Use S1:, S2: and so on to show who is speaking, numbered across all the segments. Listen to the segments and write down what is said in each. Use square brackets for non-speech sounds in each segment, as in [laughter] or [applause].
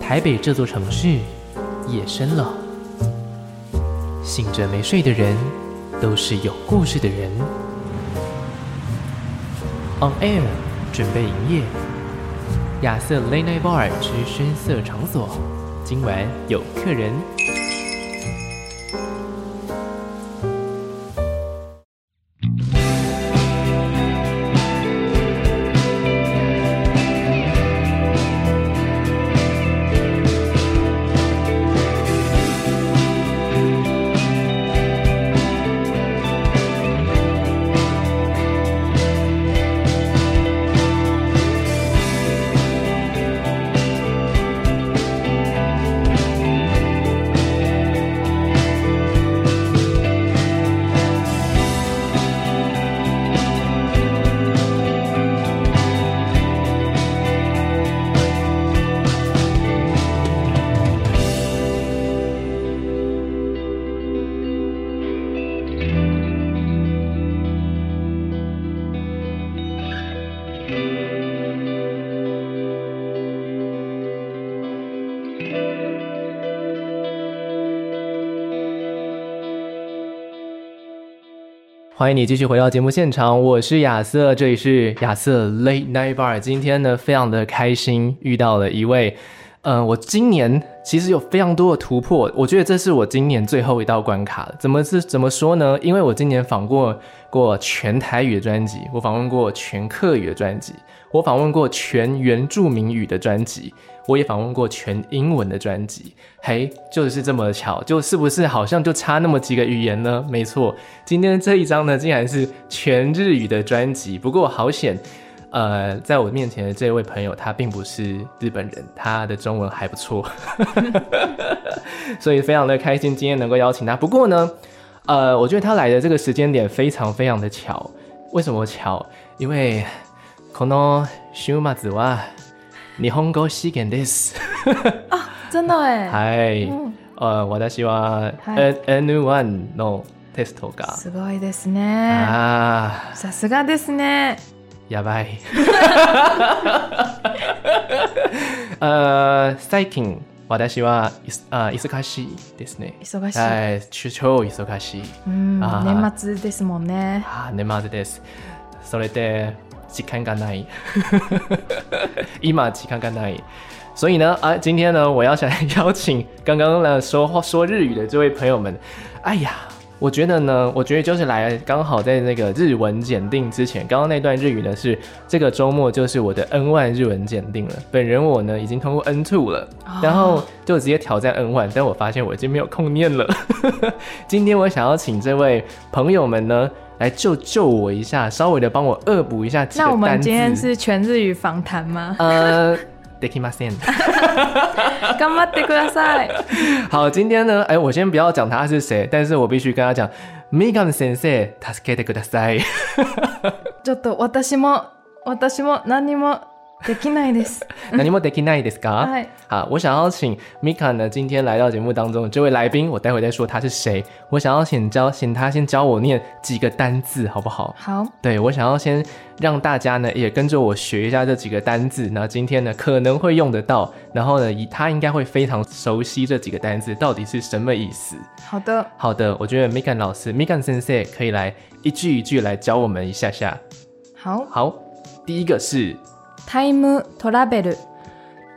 S1: 台北这座城市，夜深了。醒着没睡的人，都是有故事的人。On Air 准备营业，亚瑟 Late Night Bar 之深色场所，今晚有客人。欢迎你继续回到节目现场，我是亚瑟，这里是亚瑟 Late Night Bar。今天呢，非常的开心，遇到了一位，嗯、我今年其实有非常多的突破，我觉得这是我今年最后一道关卡了。怎么是怎么说呢？因为我今年访过过全台语的专辑，我访问过全客语的专辑，我访问过全原住民语的专辑，我也访问过全英文的专辑。嘿，就是这么巧，就是不是好像就差那么几个语言呢？没错，今天这一张呢，竟然是全日语的专辑。不过好险，呃，在我面前的这位朋友他并不是日本人，他的中文还不错， [laughs] 所以非常的开心今天能够邀请他。不过呢，呃，我觉得他来的这个时间点非常非常的巧。为什么巧？因为この週末は日本語試験です。
S2: 真的哎，
S1: はい。
S2: 嗯
S1: 呃，私は
S2: はい
S1: N N1 のテストが、
S2: すごいですね。
S1: あ
S2: さすがですね。
S1: ーやば
S2: [laughs]
S1: い。呃，最近私はいすあ忙しいですね。
S2: 忙しい。
S1: はい、出張忙しい。
S2: うん、
S1: あー
S2: 年末ですもんね。
S1: あー、年末です。それで時間が
S2: [laughs]
S1: ない。今時間がない。所以呢，啊，今天呢，我要想邀请刚刚呢说话说日语的这位朋友们，哎呀，我觉得呢，我觉得就是来刚好在那个日文检定之前，刚刚那段日语呢是这个周末就是我的 N one 日文检定了，本人我呢已经通过 N two 了，
S2: 哦
S1: 然后就直接挑战 N one，但我发现我已经没有空念了。 [laughs] 今天我想要请这位朋友们呢来救救我一下，稍微的帮我恶补一下几个
S2: 那我们
S1: 单字。？
S2: 今天是全日语访谈吗 [laughs]
S1: 呃。 [laughs] できません。 [laughs]
S2: 頑張ってください。
S1: 好，今天呢，哎，我先不要讲他是谁，但是我必须跟他讲，Megan 先生，助けてくださ
S2: [laughs]
S1: い。
S2: ちょっと私も私も何もできないです。
S1: 何もできないですか？
S2: はい。
S1: 好，我想要请 Mika 呢，今天来到节目当中，这位来宾，我待会再说他是谁。我想要请教，请他先教我念几个单字，好不好？
S2: 好，
S1: 对，我想要先让大家呢也跟着我学一下这几个单字，那今天呢可能会用得到，然后呢以他应该会非常熟悉这几个单字到底是什么意思。
S2: 好的。
S1: 好的，我觉得 Mikan 老师 Mikan 先生可以来一句一句来教我们一下下。
S2: 好，
S1: 好，第一个是
S2: タイムトラベル。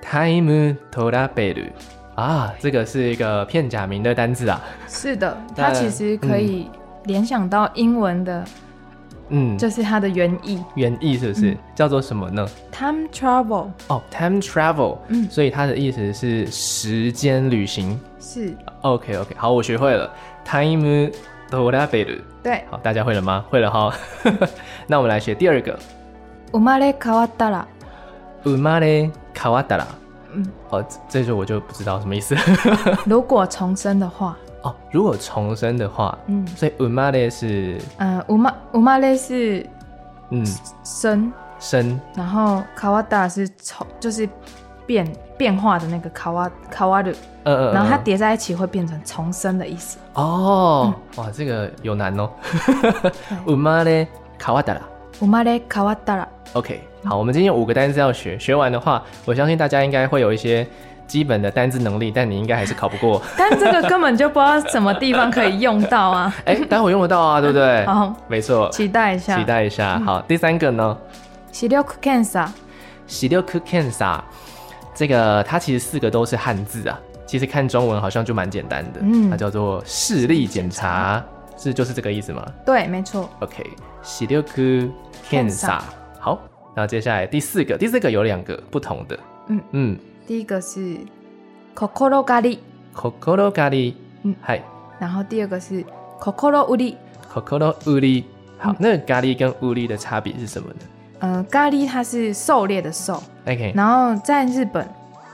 S1: time travel 啊，这个是一个片假名的单字啊。
S2: 是的，
S1: 那
S2: 它其实可以联想到英文的，
S1: 嗯，
S2: 就是它的原意。
S1: 原意是不是、叫做什么呢？
S2: Time travel
S1: 哦，time travel，
S2: 嗯
S1: 所以它的意思是时间旅行。
S2: 是
S1: OK OK，好，我学会了 time travel。
S2: 对。
S1: 好，大家会了吗？会了哈。 [laughs] 那我们来学第二个，
S2: 生まれ変わったら。
S1: 生まれ変わったら。
S2: 嗯，
S1: 哦，这这就我就不知道什么意
S2: [laughs]
S1: 思。
S2: 如果重生的话，
S1: 哦，如果重生的话，
S2: 嗯
S1: 所以 umare 是
S2: 呃，生ま生まれ是
S1: 嗯
S2: 生，
S1: 生
S2: 然后変わった是重，就是变变化的那个変わ変わる，
S1: 呃呃，
S2: 然后它
S1: 嗯
S2: 叠在一起会变成重生的意思。
S1: 哦，
S2: 嗯
S1: 哇，这个有难哦。umare kawada 啦。
S2: 生まれ変わったら，嗯
S1: OK，好，我们今天有五个单词要学，学完的话，我相信大家应该会有一些基本的单字能力，但你应该还是考不过。
S2: 但这个根本就不知道什么地方可以用到
S1: [laughs]
S2: 啊。 [laughs]
S1: 哎、待会用得到啊，对不对？
S2: 好，
S1: 没错，
S2: 期待嗯一下。
S1: 期。待一下。好，第三个呢，
S2: 視力検査。
S1: 喜六克 can 萨，这个它其实四个都是汉字啊，其实看中文好像就蛮简单的，
S2: 嗯
S1: 它叫做视力检查，是就是这个意思吗
S2: 对，没错。
S1: ？OK，喜六克 can 萨，好，那接下来第四个，第四个有两个不同的，
S2: 嗯
S1: 嗯
S2: 第一个是心がり，
S1: ，kokoro 咖喱，嗯
S2: 嗯，
S1: 嗨
S2: 然后第二个是心売り。
S1: ，kokoro 乌里，好
S2: 嗯，
S1: 那咖喱跟乌里的差别是什么呢
S2: 呃，咖喱它是狩猎的狩，
S1: ？OK，
S2: 然后在日本，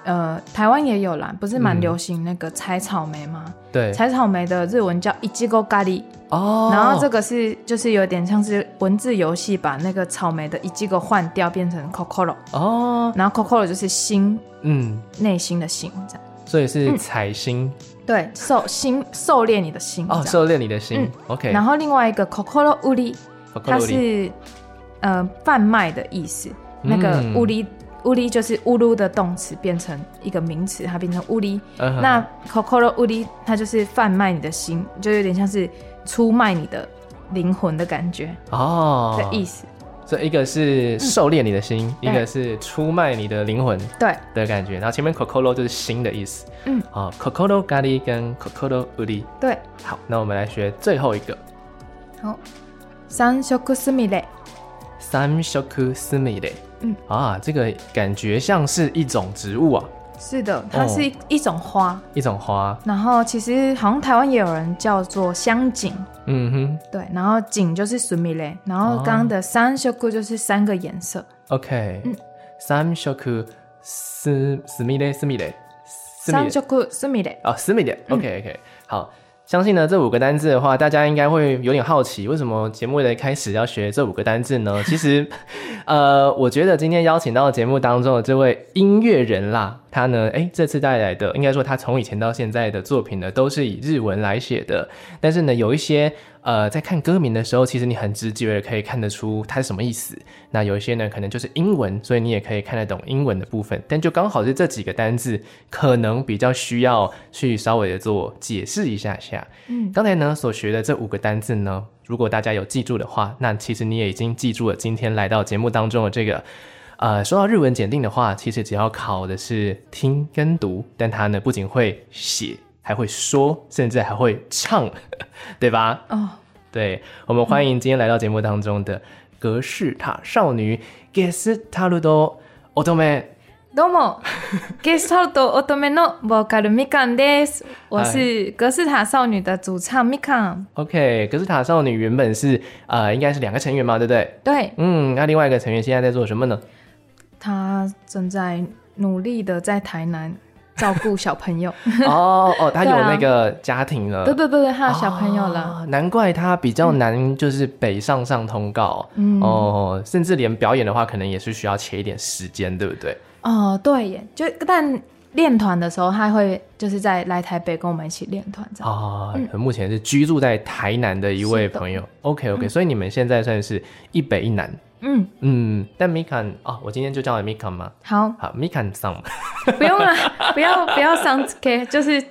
S2: 呃，台湾也有啦，不是蛮
S1: 嗯
S2: 流行那个采草莓吗？
S1: 对，
S2: 采草莓的日文叫一季勾咖喱，
S1: 嗯哦，
S2: 然后这个是就是有点像是文字游戏，把那个草莓的一季勾换掉，变成 kokoro，
S1: 哦，
S2: 然后 kokoro 就是心，
S1: 嗯，
S2: 内心的心这样。
S1: 所以是
S2: 嗯
S1: 财星、
S2: 对，狩心狩猎你的心
S1: 哦，
S2: 这样
S1: 狩猎你的心、
S2: 嗯
S1: o k
S2: 然后另外一个 kokoro 売り，它是呃贩卖的意思。那个
S1: 嗯
S2: 乌里乌里就是乌噜的动词变成一个名词，它变成乌里。
S1: 嗯哼
S2: 那 kokoro 乌里，它就是贩卖你的心，就有点像是出卖你的灵魂的感觉
S1: 哦
S2: 的意思。
S1: 所以一个是狩猎你的心，
S2: 嗯
S1: 一个是出卖你的灵魂
S2: 对，
S1: 的感觉。然后前面 kokoro 就是心的意思，
S2: 嗯，
S1: 哦，kokoro 咖喱跟 kokoro 乌里。
S2: 对，
S1: 好，那我们来学最后一个
S2: 好。三色すみれ，
S1: 三 s h o k u s u m i r e
S2: 嗯
S1: 啊，这个感觉像是一种植物啊，
S2: 是的，它是一,、一种花。
S1: 一种花，
S2: 然后其实好像台湾也有人叫做香堇，
S1: 嗯
S2: 对，然后景就是すみれ，然后刚刚的三色就是三个颜色，
S1: 哼，OK，
S2: 嗯
S1: 三 s h o k u s u m i r e s u m i r e
S2: 三色すみれ，
S1: 哦，私密点，OK OK，、好。相信呢，这五个单字的话，大家应该会有点好奇，为什么节目的开始要学这五个单字呢？其实，呃，我觉得今天邀请到节目当中的这位音乐人啦，他呢，诶，这次带来的，应该说他从以前到现在的作品呢，都是以日文来写的。但是呢，有一些呃，在看歌名的时候，其实你很直觉的可以看得出它是什么意思。那有一些呢，可能就是英文，所以你也可以看得懂英文的部分。但就刚好是这几个单字，可能比较需要去稍微的做解释一下下。
S2: 嗯，
S1: 刚才呢所学的这五个单字呢，如果大家有记住的话，那其实你也已经记住了今天来到节目当中的这个。呃，说到日文检定的话，其实只要考的是听跟读，但它呢不仅会写，还会说，甚至还会唱， [laughs] 对吧？
S2: 哦，
S1: 对，我们欢迎今天来到节目当中的格式塔少女 Guess Tarudo Otome。
S2: どうも、 [laughs] ゲスタルト乙女のボーカルみかんです。我是格式塔少女的主唱みかん。
S1: OK，格式塔少女原本是呃，应该是两个成员嘛，对不对？
S2: 对，
S1: 嗯，那另外一个成员现在在做什
S2: [laughs]
S1: 么呢？
S2: 她正在努力的在台南照顾小朋 [laughs] 友。
S1: 哦哦，他有
S2: 对啊
S1: 那个家庭了，
S2: 对对对对，她有小朋友了。
S1: 哦难怪他比较难，就是北上上通告、
S2: 嗯，哦
S1: 哦，甚至连表演的话，可能也是需要切一点时间，对不对？
S2: 哦对耶，就但练团的时候，她会就是在来台北跟我们一起练团这样。
S1: 啊、目前是居住在台南的一位
S2: 嗯是的
S1: 朋友。OK OK，、所以你们现在算是一北一南。
S2: 嗯，
S1: 嗯，但 Mikan 哦，我今天就叫你 Mikan 嘛。
S2: 好，
S1: 好，Mikan 上
S2: 不用 [laughs] 了，不要不要上 K，就是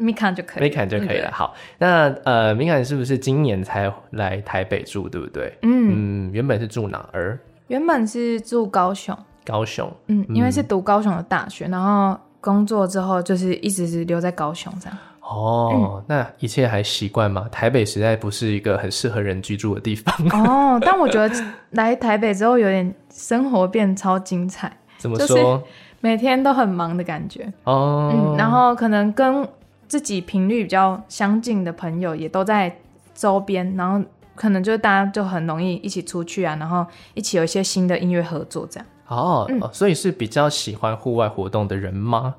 S2: みかん就可以。
S1: ，Mikan 就可
S2: 嗯
S1: 以了。好，那呃，Mikan 是不是今年才来台北住，对不对？
S2: 嗯，
S1: 嗯，原本是住哪儿？
S2: 原本是住高雄。
S1: 高雄。
S2: 嗯，因为是读高雄的大学，然后工作之后就是一直是留在高雄
S1: [laughs]
S2: 这样。
S1: 哦，
S2: 嗯
S1: 那一切还习惯吗？台北实在不是一个很适合人居住的地方。 [laughs]
S2: 哦，但我觉得来台北之后有点生活变超精彩，
S1: 怎么
S2: 就
S1: 说？
S2: 是每天都很忙的感觉。
S1: 哦、
S2: 嗯，然后可能跟自己频率比较相近的朋友也都在周边，然后可能就大家就很容易一起出去啊，然后一起有一些新的音乐合作这样。
S1: 哦，
S2: 嗯
S1: 哦所以是比较喜欢户外活动的人吗？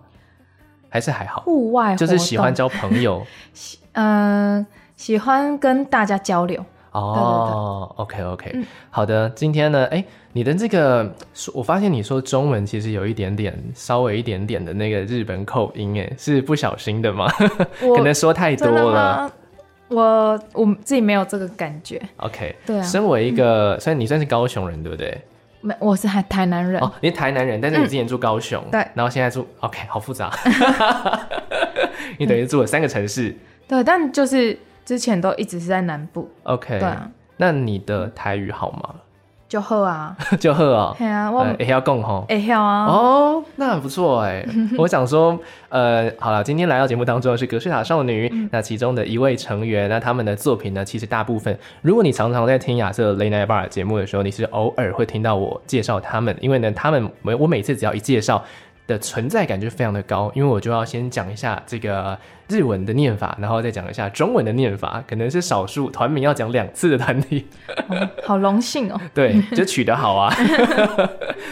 S1: 还是还好？
S2: 户外活
S1: 就
S2: 动
S1: 是喜欢，交朋友
S2: 嗯、喜欢跟大家交流。
S1: 哦。OK OK，、
S2: 嗯
S1: 好的。今天呢，哎，你的这个，说我发现你说中文其实有一点点，稍微一点点的那个日本口音，哎，是不小心的吗？
S2: 我
S1: 可能说太多
S2: 真的
S1: 了。
S2: 吗？我我自己没有这个感觉，
S1: OK，
S2: 对啊
S1: 身为一个，虽然你算是高雄人，对不对？
S2: 没，我是台台南人，
S1: 哦，你是台南人，但是你之前住高雄，
S2: 对
S1: 然后现在住 OK，好复
S2: [laughs]
S1: 杂，你等于住了三个城市
S2: 对，但就是之前都一直是在南部，
S1: ，OK，
S2: 对啊，
S1: 那你的台语好吗？ [laughs]
S2: 就好啊，
S1: 就好哦，
S2: 嘿啊，我
S1: 呃也要共吼。
S2: 会晓啊，
S1: 哦，那很不错哎。我想说，呃，好了，今天来到节目当中的是格式塔少女，那其中的一位成员，那他们的作品呢，其实大部分，如果你常常在听亚瑟雷奈巴尔节目的时候，你是偶尔会听到我介绍他们，因为呢，他们每我每次只要一介绍。的存在感就非常的高，因为我就要先讲一下这个日文的念法，然后再讲一下中文的念法，可能是少数团名要讲两次的团体，
S2: 哦好荣幸哦，
S1: 对， [laughs] 就取得好啊，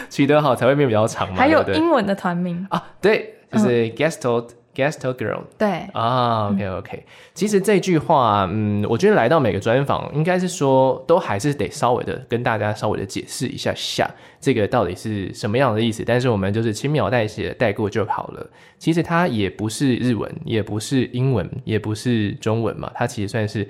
S1: 取得好才会变比较长嘛。
S2: 还有
S1: 对不对
S2: 英文的团名，
S1: 啊，对，就是 Gastel、Gastel Girl
S2: 对，
S1: 啊，OK OK。其实这句话，嗯，我觉得来到每个专访，应该是说都还是得稍微的跟大家稍微的解释一下下这个到底是什么样的意思，但是我们就是轻描淡写地带过就好了。其实它也不是日文，也不是英文，也不是中文嘛，它其实算是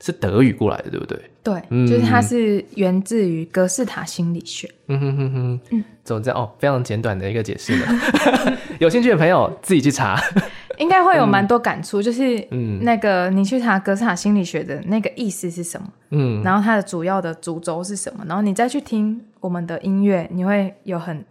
S1: 是德语过来的，对不对？
S2: 对，
S1: 嗯
S2: 就是它是源自于格式塔心理学。
S1: 嗯哼哼哼，总之哦，非常简短的一个解释了。 [laughs] 有兴趣的朋友自己去查。
S2: 应该会有蛮多感触，就是
S1: 嗯
S2: 那个你去查格式塔心理学的那个意思是什么，
S1: 嗯，
S2: 然后它的主要的主轴是什么，然后你再去听我们的音乐，你会有很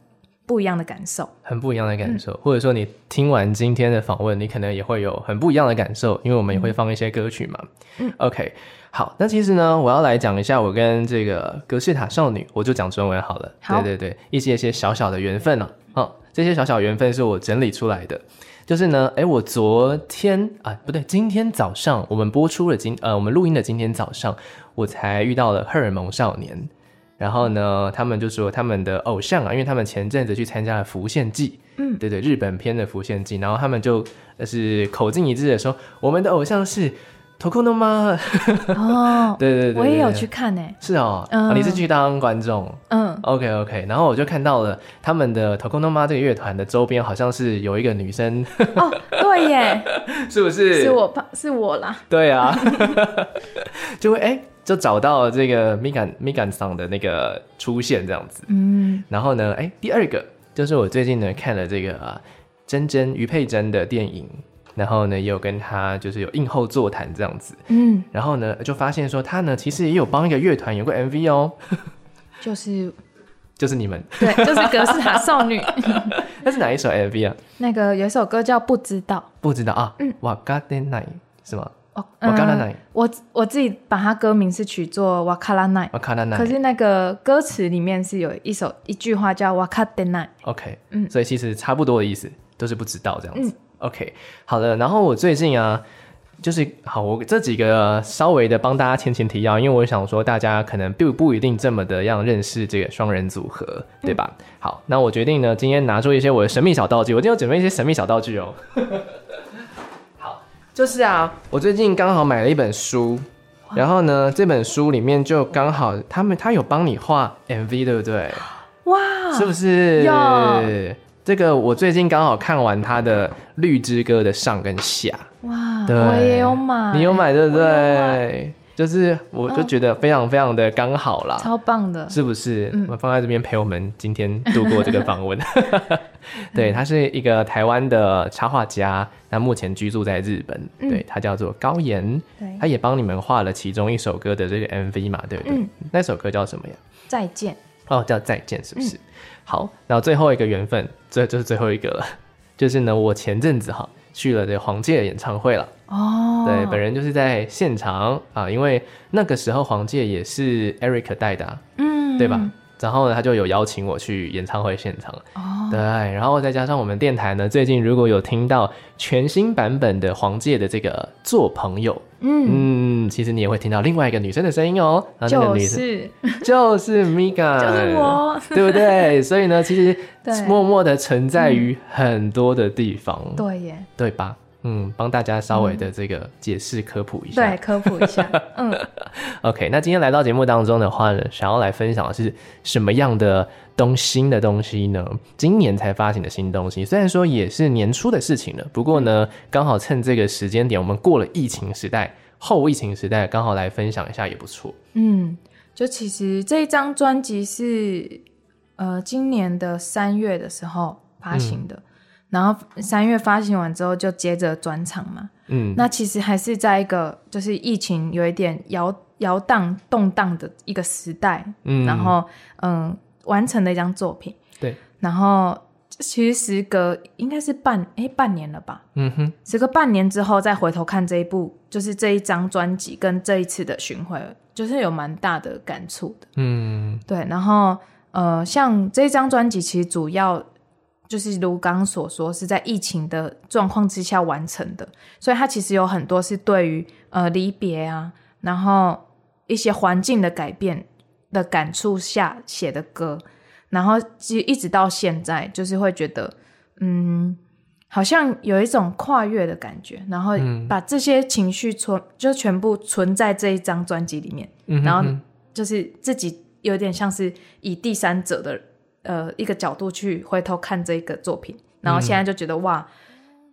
S2: 不一样的
S1: [laughs]
S2: 感受。
S1: 很不一样的感
S2: 嗯
S1: 受，或者说你听完今天的访问，你可能也会有很不一样的感受，因为我们也会放一些歌曲嘛。
S2: 嗯
S1: OK，好，那其实呢，我要来讲一下我跟这个格式塔少女，我就讲中文好了。
S2: 好
S1: 对对对，一些一些小小的缘分了、啊，嗯，这些小小缘分是我整理出来的。就是呢，哎，我昨天啊，不对，今天早上我们播出了今呃，我们录音的今天早上，我才遇到了荷尔蒙少年。然后呢，他们就说他们的偶像啊，因为他们前阵子去参加了《浮现记》，
S2: 嗯
S1: 对对，日本片的《浮现记》，然后他们就呃是口径一致的说，我们的偶像是 Tokono 吗？
S2: 哦，
S1: [laughs] 对对对对
S2: 我也有
S1: 对
S2: 去看呢、
S1: 是哦，
S2: 嗯
S1: 啊你是去当观众
S2: 嗯，
S1: ，OK OK，然后我就看到了他们的 Tokono 妈这个乐团的周边好像是有一个女生， [laughs]
S2: 哦，对耶，
S1: 是不是？
S2: 是我吧，是我啦。
S1: 对啊， [laughs] 就会哎、就找到这个 Megan Megan 桑的那个出现这样子。
S2: 嗯，
S1: 然后呢，哎，第二个就是我最近呢看了这个啊，珍珍于佩珍的电影，然后呢也有跟她就是有映后座谈这样子，
S2: 嗯，
S1: 然后呢就发现说她呢其实也有帮一个乐团有个 MV 哦，
S2: 就是
S1: 就是你们，
S2: 对，就是格式塔少
S1: [laughs]
S2: 女
S1: 那是哪一首 MV 啊？
S2: 那个有一首歌叫《不知道
S1: 不知道啊，
S2: 嗯，
S1: 瓦嘎德奈是吗？》
S2: 哦，
S1: 瓦嘎达
S2: 嗯，
S1: 奈，
S2: 我我自己把它歌名是取作《瓦卡拉奈》。
S1: 瓦卡拉奈
S2: 可是那个歌词里面是有一首一句话叫 “waka d e n a
S1: ，OK，
S2: 嗯
S1: 所以其实差不多的意思，都是不知道这样子
S2: 嗯。
S1: OK，好的。然后我最近啊，就是好，我这几个稍微的帮大家前前提要，因为我想说大家可能并不一定这么的样认识这个双人组合，对吧？
S2: 嗯
S1: 好，那我决定呢，今天拿出一些我的神秘小道具，我今天有准备一些神秘小道具哦。好，就是啊，我最近刚好买了一本书。然后呢，这本书里面就刚好他们他有帮你画 MV，对不对？
S2: 哇，
S1: 是不是
S2: 啊有？
S1: 这个我最近刚好看完他的《绿之歌》的上跟下，
S2: 哇，
S1: 对
S2: 我也有买，
S1: 你有买对不
S2: 哎我有买
S1: 对？就是我就觉得非常非常的刚好啦，
S2: 超棒的，
S1: 是不是？
S2: 嗯
S1: 我放在这边陪我们今天度过这个访
S2: [laughs]
S1: 问。对，他是一个台湾的插画家，那目前居住在日本。
S2: 嗯
S1: 对他叫做高岩，
S2: 对
S1: 他，也帮你们画了其中一首歌的这个 MV 嘛，对不对？
S2: 嗯
S1: 那首歌叫什么呀？
S2: 再见，
S1: 哦，叫再见，是不
S2: 嗯
S1: 是？好，然后最后一个缘分，这就是最后一个了， [laughs] 就是呢，我前阵子哈去了这个黄玠的演唱会了，
S2: 哦，
S1: 对，本人就是在现场啊，因为那个时候黄玠也是 Eric 带的啊、
S2: 嗯，
S1: 对吧？？然后呢，他就有邀请我去演唱会现场，
S2: 哦，
S1: 对，然后再加上我们电台呢，最近如果有听到全新版本的黄玠的这个做朋友，
S2: 嗯，
S1: 嗯，其实你也会听到另外一个女生的声音哦，然后那个哎
S2: 就
S1: 女生
S2: 是
S1: 就是 Miga，
S2: 就是我， [laughs]
S1: 对不对？所以呢，其实
S2: 对
S1: 默默的存在于很多的地方，
S2: 对耶，
S1: 对吧？嗯，帮大家稍微的这个解释科普一下。
S2: 对，科普一下，
S1: [laughs]
S2: 嗯，
S1: OK，那今天来到节目当中的话呢，想要来分享的是什么样的东新的东西呢？今年才发行的新东西，虽然说也是年初的事情了，不过
S2: 嗯
S1: 呢，刚好趁这个时间点，我们过了疫情时代，后疫情时代，刚好来分享一下也不错。
S2: 嗯，就其实这一张专辑是呃今年的三月的时候发行
S1: 嗯
S2: 的，然后三月发行完之后就接着转场嘛，
S1: 嗯，
S2: 那其实还是在一个就是疫情有一点摇摇荡动荡的一个时代，
S1: 嗯
S2: 然后嗯完成的一张作品，
S1: 对，
S2: 然后其实时隔应该是半哎半年了吧，
S1: 嗯哼，
S2: 时隔半年之后再回头看这一部，就是这一张专辑跟这一次的巡回，就是有蛮大的感触的。
S1: 嗯
S2: 对，然后呃，像这张专辑其实主要就是如刚所说是在疫情的状况之下完成的，所以它其实有很多是对于呃离别啊，然后一些环境的改变的感触下写的歌，然后其实一直到现在，就是会觉得嗯。好像有一种跨越的感觉，然后把这些情绪存，就全部存在这一张专辑里面，
S1: 嗯哼，
S2: 然后
S1: 嗯
S2: 就是自己有点像是以第三者的呃一个角度去回头看这个作品，然后现在就觉得、哇，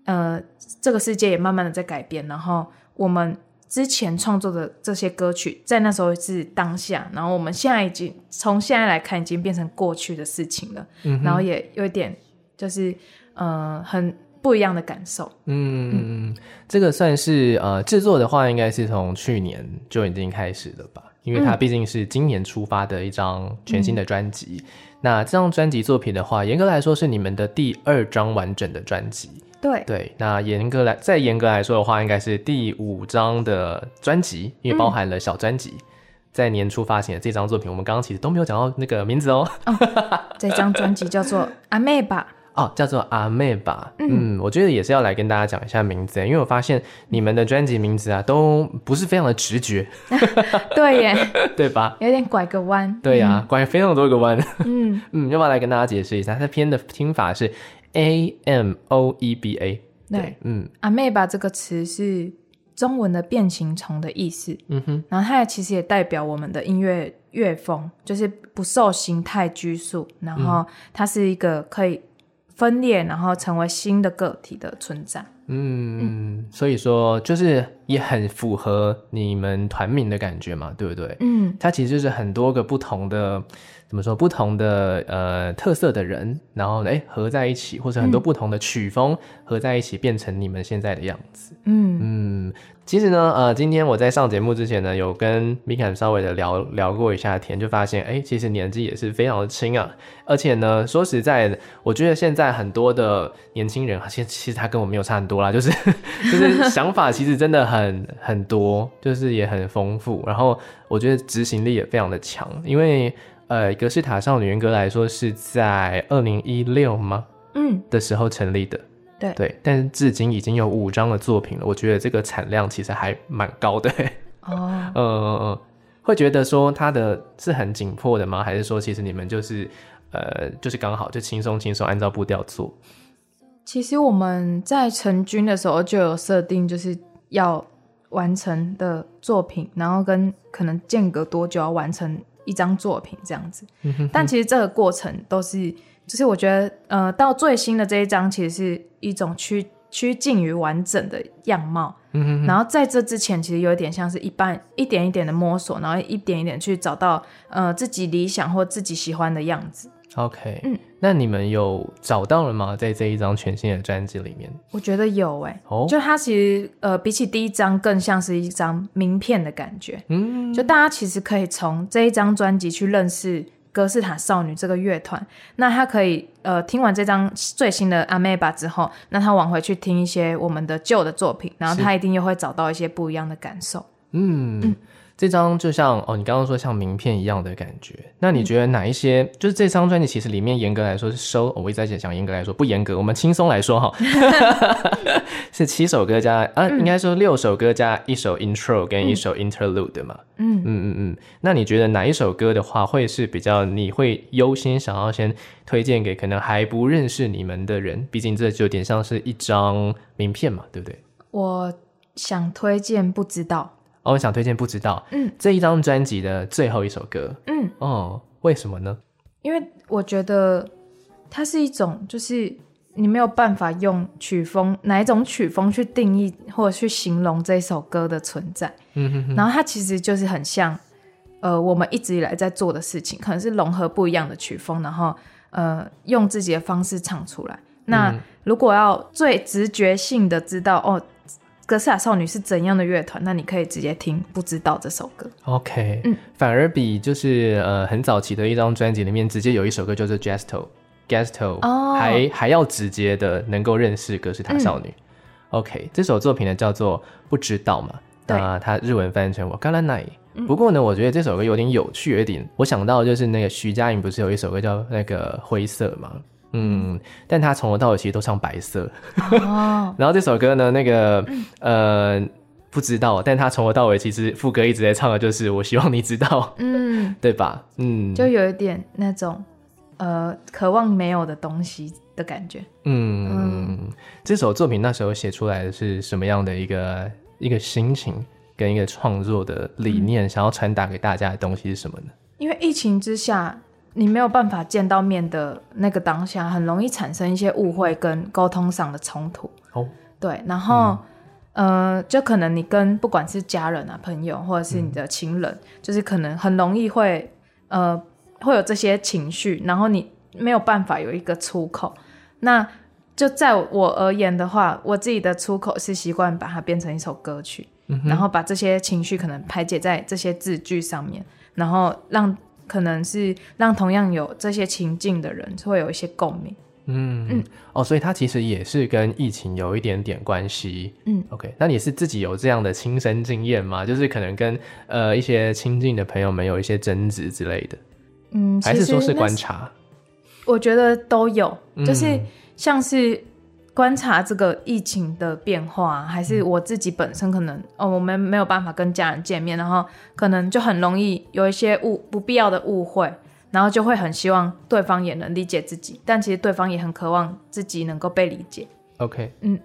S2: 呃，这个世界也慢慢的在改变，然后我们之前创作的这些歌曲，在那时候是当下，然后我们现在已经从现在来看已经变成过去的事情了，
S1: 嗯哼
S2: 然后也有一点就是呃很不一样的感受，
S1: 嗯嗯嗯，这个算是呃制作的话，应该是从去年就已经开始了吧？因为它毕竟是今年出发的一张全新的专辑。那这张专辑作品的话，严格来说是你们的第二张完整的专辑。
S2: 对
S1: 对，那严格来再严格来说的话，应该是第五张的专辑，因为包含了小专辑。在年初发行的这张作品，我们刚刚其实都没有讲到那个名字哦，
S2: 这张专辑叫做《阿妹吧
S1: 哦，叫做阿妹吧。嗯，我觉得也是要来跟大家讲一下名字，因为我发现你们的专辑名字啊，都不是非常的直觉，》， [laughs]
S2: 对耶，
S1: 对吧？
S2: 有点拐个弯，
S1: 对呀、拐非常多个弯。
S2: 嗯。
S1: [laughs] 嗯，要不要来跟大家解释一下？它偏的听法是 A M O E B A。
S2: 对，
S1: 嗯
S2: 阿妹吧这个词是中文的变形虫的意思，
S1: 嗯哼，
S2: 然后它也其实也代表我们的音乐乐风，就是不受形态拘束，然后它是一个可以分裂，然后成为新的个体的存在。
S1: 嗯，所以说就是也很符合你们团名的感觉嘛，对不对？
S2: 嗯，
S1: 它其实就是很多个不同的，怎么说不同的呃特色的人，然后哎合在一起，或者很多不同的曲风、合在一起，变成你们现在的样子。
S2: 嗯
S1: 嗯，其实呢，呃，今天我在上节目之前呢，有跟米侃稍微的聊聊过一下天，就发现哎，其实年纪也是非常的轻啊。而且呢，说实在的，我觉得现在很多的年轻人，其实其实他跟我没有差很多啦， [laughs] 就是就是想法其实真的很很多，就是也很丰富，然后我觉得执行力也非常的强，因为呃，格式塔少女人格来说是在二零一六吗？
S2: 嗯，
S1: 的时候成立的。
S2: 对
S1: 对，但是至今已经有五张的作品了，我觉得这个产量其实还蛮高的。 [laughs]
S2: 哦，
S1: 嗯嗯嗯，会觉得说它的是很紧迫的吗？还是说其实你们就是呃就是刚好就轻松轻松按照步调做？
S2: 其实我们在成军的时候就有设定，就是要完成的作品，然后跟可能间隔多久要完成一张作品这样子。
S1: 嗯哼
S2: 但其实这个过程都是，就是我觉得，呃，到最新的这一章，其实是一种趋趋近于完整的样貌。
S1: 嗯哼
S2: 然后在这之前，其实有点像是一般一点一点的摸索，然后一点一点去找到呃自己理想或自己喜欢的样子。
S1: ，OK，
S2: 嗯
S1: 那你们有找到了吗？在这一张全新的专辑里面？
S2: 我觉得有哎、
S1: 哦，
S2: 就它其实呃比起第一张更像是一张名片的感觉。
S1: 嗯
S2: 就大家其实可以从这一张专辑去认识格式塔少女这个乐团。那他可以呃听完这张最新的《阿妹吧》之后，那他往回去听一些我们的旧的作品，然后
S1: 是
S2: 他一定又会找到一些不一样的感受。
S1: 嗯，这张就像哦，你刚刚说像名片一样的感觉。那你觉得哪一些？就是这张专辑其实里面严格来说是收，哦我一直在讲严格来说不严格，我们轻松来说哈， [laughs] 是七首歌加啊，应该说六首歌加一首 intro 跟一首 interlude 的嘛。
S2: 嗯
S1: 嗯嗯嗯。那你觉得哪一首歌的话会是比较你会优先想要先推荐给可能还不认识你们的人？毕竟这就有点像是一张名片嘛，对不对？
S2: 我想推荐，不知道，
S1: 哦，我想推荐不知道，
S2: 嗯
S1: 这一张专辑的最后一首歌
S2: 嗯，
S1: 哦，为什么呢？
S2: 因为我觉得它是一种就是。你没有办法用曲风哪一种曲风去定义或者去形容这首歌的存在，
S1: 嗯哼哼，
S2: 然后它其实就是很像呃我们一直以来在做的事情，可能是融合不一样的曲风，然后呃用自己的方式唱出来。
S1: 嗯
S2: 那如果要最直觉性的知道哦，格斯塔少女是怎样的乐团，那你可以直接听《不知道》这首歌。
S1: OK，
S2: 嗯
S1: 反而比就是呃很早期的一张专辑里面直接有一首歌叫做 Gesto Gesto，、
S2: 哦
S1: 还还要直接的能够认识格式塔少
S2: 嗯
S1: 女。OK，这首作品呢叫做不知道嘛，
S2: 对嗯
S1: 那它日文翻译成我嘎啦奈。不过呢，我觉得这首歌有点有趣，有一点我想到就是那个徐佳莹不是有一首歌叫那个灰色嘛，嗯，但她从头到尾其实都唱白色，
S2: 哦，
S1: 然后这首歌呢，那个
S2: 嗯
S1: 呃不知道，但他从头到尾其实副歌一直在唱的就是“我希望你知道 [laughs]
S2: 嗯”，，
S1: 对吧？嗯，
S2: 就有一点那种呃渴望没有的东西的感觉。
S1: 嗯，这首作品那时候写出来的是什么样的一个一个心情跟一个创作的理念，想要传达给大家的东西是什么呢？
S2: 因为疫情之下，你没有办法见到面的那个当下，很容易产生一些误会跟沟通上的冲突。
S1: 哦，
S2: 对，然后、
S1: 嗯
S2: 呃，就可能你跟不管是家人啊、朋友，或者是你
S1: 嗯
S2: 的情人，就是可能很容易会呃会有这些情绪，然后你没有办法有一个出口。那就在我而言的话，我自己的出口是习惯把它变成一首歌曲，
S1: 嗯
S2: 然后把这些情绪可能排解在这些字句上面，然后让可能是让同样有这些情境的人会有一些共鸣。
S1: 嗯
S2: 嗯
S1: 哦，所以它其实也是跟疫情有一点点关系。
S2: 嗯
S1: ，OK，那你是自己有这样的亲身经验吗？就是可能跟呃一些亲近的朋友们有一些争执之类的。
S2: 嗯，
S1: 还是说
S2: 其实
S1: 是
S2: 那
S1: 观察？
S2: 我觉得都有，
S1: 嗯
S2: 就是像是观察这个疫情的变化，还是我自己本身可能哦，我们没有办法跟家人见面，然后可能就很容易有一些误不必要的误会，然后就会很希望对方也能理解自己，但其实对方也很渴望自己能够被理解。
S1: OK，
S2: 嗯，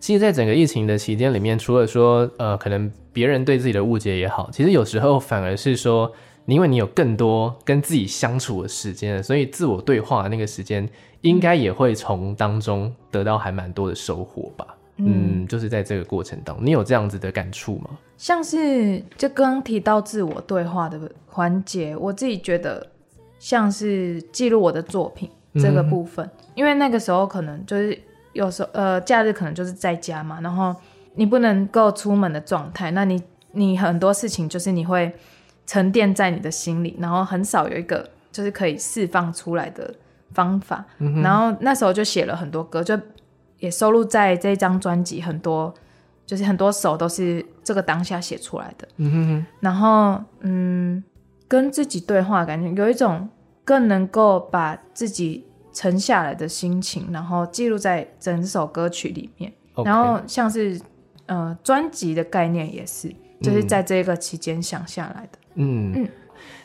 S1: 其实，在整个疫情的期间里面，除了说呃，可能别人对自己的误解也好，其实有时候反而是说，因为你有更多跟自己相处的时间了，所以自我对话的那个时间，应该也会从当中得到还蛮多的收获吧。嗯，就是在这个过程当中，你有这样子的感触吗？
S2: 像是就刚刚提到自我对话的环节，我自己觉得像是记录我的作品这个部分，因为那个时候可能就是有时候呃假日可能就是在家嘛，然后你不能够出门的状态，那你你很多事情就是你会沉淀在你的心里，然后很少有一个就是可以释放出来的方法，然后那时候就写了很多歌，就也收录在这张专辑很多。就是很多首都是这个当下写出来的。
S1: 嗯哼哼，
S2: 然后，嗯，跟自己对话，感觉有一种更能够把自己沉下来的心情，然后记录在整首歌曲里面。
S1: OK
S2: 然后像是呃专辑的概念也是，就是在这个期间想下来的。
S1: 嗯
S2: 嗯，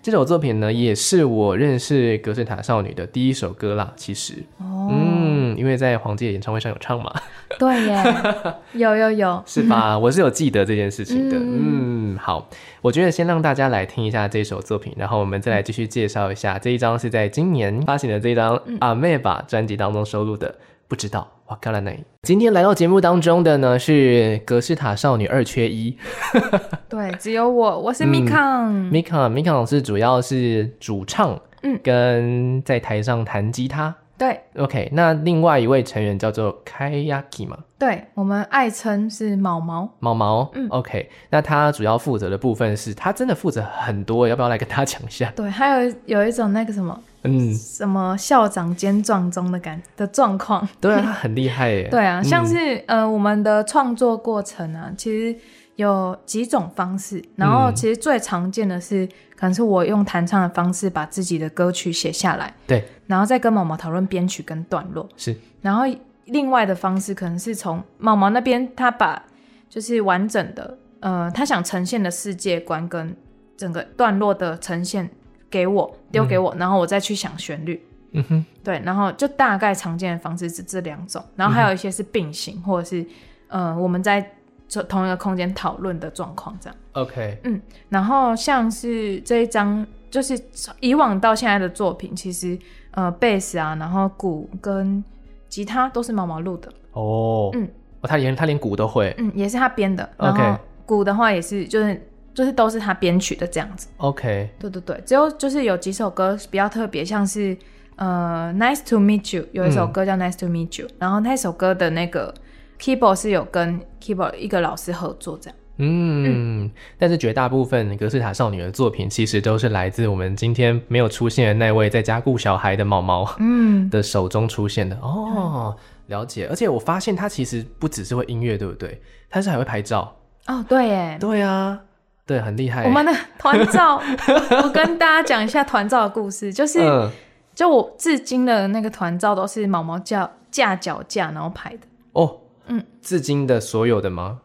S1: 这首作品呢，也是我认识格式塔少女的第一首歌啦。其实，
S2: 哦，
S1: 嗯，因为在黄玠的演唱会上有唱嘛。
S2: 对
S1: [laughs]
S2: 耶，有有有，
S1: 是吧？我是有记得这件事情的。
S2: 嗯
S1: 嗯，好，我觉得先让大家来听一下这首作品，然后我们再来继续介绍一下这一张是在今年发行的这一张
S2: 嗯
S1: 《阿妹吧》专辑当中收录的。不知道，哇，看了呢。今天来到节目当中的呢是格式塔少女二缺一
S2: 对，只有我，我是
S1: 嗯
S2: Mikan，
S1: ，Mika，Mika 老师主要是主唱，
S2: 嗯
S1: 跟在台上弹吉他。
S2: 对
S1: OK，那另外一位成员叫做 Kayaki 嘛，
S2: 对，我们爱称是毛毛。
S1: 毛毛，
S2: 嗯
S1: ，OK，那他主要负责的部分是他真的负责很多，要不要来跟大家讲一下？
S2: 对，还有有一种那个什么 [laughs]
S1: 嗯，
S2: 什么校长兼撞钟的感的状况。
S1: 对啊，他很厉害耶。
S2: 对啊，
S1: 嗯
S2: 像是、呃我们的创作过程啊，其实有几种方式，然后
S1: 嗯
S2: 其实最常见的是，可能是我用弹唱的方式把自己的歌曲写下来，
S1: 对，
S2: 然后再跟毛毛讨论编曲跟段落，
S1: 是，
S2: 然后另外的方式可能是从毛毛那边，他把就是完整的呃他想呈现的世界观跟整个段落的呈现给我丢给我，然后我再去想旋律。
S1: 嗯哼，
S2: 对，然后就大概常见的方式是这两种，然后还有一些是并行，或者是呃我们在这同一个空间讨论的状况这样。
S1: ，OK，
S2: 嗯，然后像是这一张，就是以往到现在的作品，其实呃贝斯啊，然后鼓跟吉他都是毛毛录的，
S1: 哦，
S2: 嗯
S1: 哦，他连他连鼓都会，
S2: 嗯，也是他编的。然
S1: OK
S2: 后鼓的话也是，就是就是都是他编曲的这样子。
S1: OK，
S2: 对对对，只有就是有几首歌比较特别，像是呃《Nice to Meet You》有一首
S1: 嗯
S2: 歌叫《Nice to Meet You、然后那首歌的那个 keyboard 是有跟 keyboard 一个老师合作这样。
S1: 嗯，但是绝大部分格式塔少女的作品其实都是来自我们今天没有出现的那位在家顾小孩的毛毛
S2: [laughs] 嗯，
S1: 的手中出现的。哦，了解。而且我发现他其实不只是会音乐，对不对？他是还会拍照。
S2: 哦对耶，
S1: 对啊，对，很厉害。
S2: 我们的团
S1: [laughs]
S2: 照，我跟大家讲一下团照的故事，就是、
S1: 嗯，
S2: 就我至今的那个团照都是毛毛架架脚架然后拍的。
S1: 哦，嗯
S2: 嗯，
S1: 至今的所有的吗？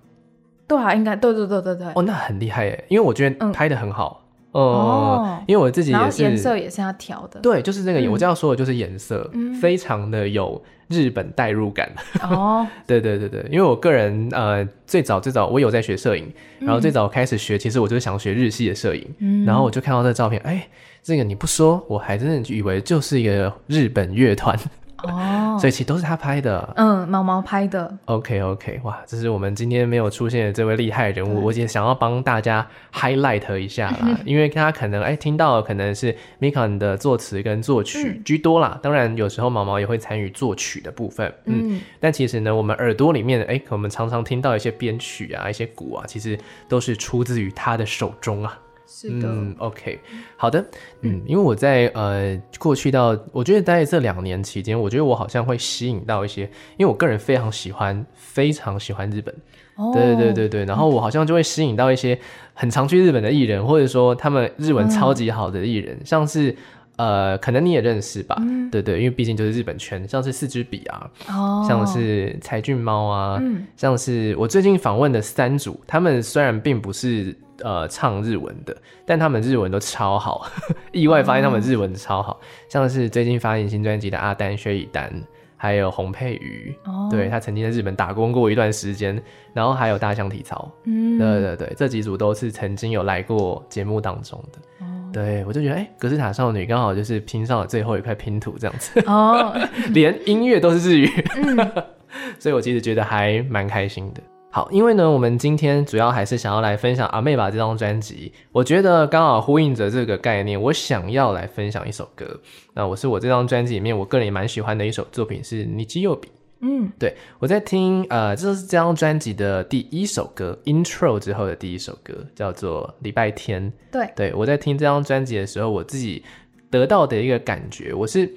S2: 对啊，应该对对对对对。
S1: 哦，那很厉害耶，因为我觉得
S2: 嗯
S1: 拍的很好。哦
S2: 哦，
S1: 因为我自己
S2: 然后
S1: 也是
S2: 颜色也是要调的。
S1: 对，就是这个，
S2: 嗯
S1: 我这样说的就是颜色，
S2: 嗯
S1: 非常的有日本代入感。 [laughs]
S2: 哦，
S1: 对对对对，因为我个人呃，最早最早我有在学摄影，然后最早开始学，其实我就是想学日系的摄影，
S2: 嗯
S1: 然后我就看到这照片，哎，这个你不说，我还真的以为就是一个日本乐团，
S2: 哦，
S1: [laughs] 所以其实都是他拍的。
S2: 嗯，毛毛拍的，
S1: OK OK，哇，这是我们今天没有出现的这位厉害人物，我也想要帮大家 highlight 一下啦，因为他可能哎听到的可能是 Mikan 的作词跟作曲居多啦，当然有时候毛毛也会参与作曲的部分，嗯，
S2: 嗯
S1: 但其实呢，我们耳朵里面哎，我们常常听到一些编曲啊、一些鼓啊，其实都是出自于他的手中啊。
S2: 是的，
S1: 嗯，OK，好的，嗯，因为我在呃过去到，我觉得在这两年期间，我觉得我好像会吸引到一些，因为我个人非常喜欢，非常喜欢日本，
S2: 哦，
S1: 对对对对，然后我好像就会吸引到一些很常去日本的艺人，或者说他们日文超级好的艺人，像是呃，可能你也认识吧，
S2: 嗯
S1: 对对，因为毕竟就是日本圈，像是四支笔啊，
S2: 哦，
S1: 像是柴俊猫啊，
S2: 嗯
S1: 像是我最近访问的三组，他们虽然并不是呃唱日文的，但他们日文都超好， [laughs] 意外发现他
S2: 嗯
S1: 们日文超好，像是最近发行新专辑的阿丹、薛以丹，还有洪佩瑜，
S2: 哦，
S1: 对，他曾经在日本打工过一段时间，然后还有大象体操，
S2: 嗯，
S1: 对对对，这几组都是曾经有来过节目当中的。
S2: 哦
S1: 对，我就觉得，哎、格式塔少女刚好就是拼上了最后一块拼图，这样子，
S2: 哦，
S1: 连音乐都是日语。
S2: 嗯，
S1: [laughs] 所以我其实觉得还蛮开心的。好，因为呢，我们今天主要还是想要来分享阿妹吧这张专辑。我觉得刚好呼应着这个概念，我想要来分享一首歌。那我是我这张专辑里面，我个人也蛮喜欢的一首作品是《尼基右比》。
S2: 嗯，
S1: 对我在听，呃，这是这张专辑的第一首歌，Intro 之后的第一首歌，叫做《礼拜天》。
S2: 对，
S1: 对我在听这张专辑的时候，我自己得到的一个感觉，我是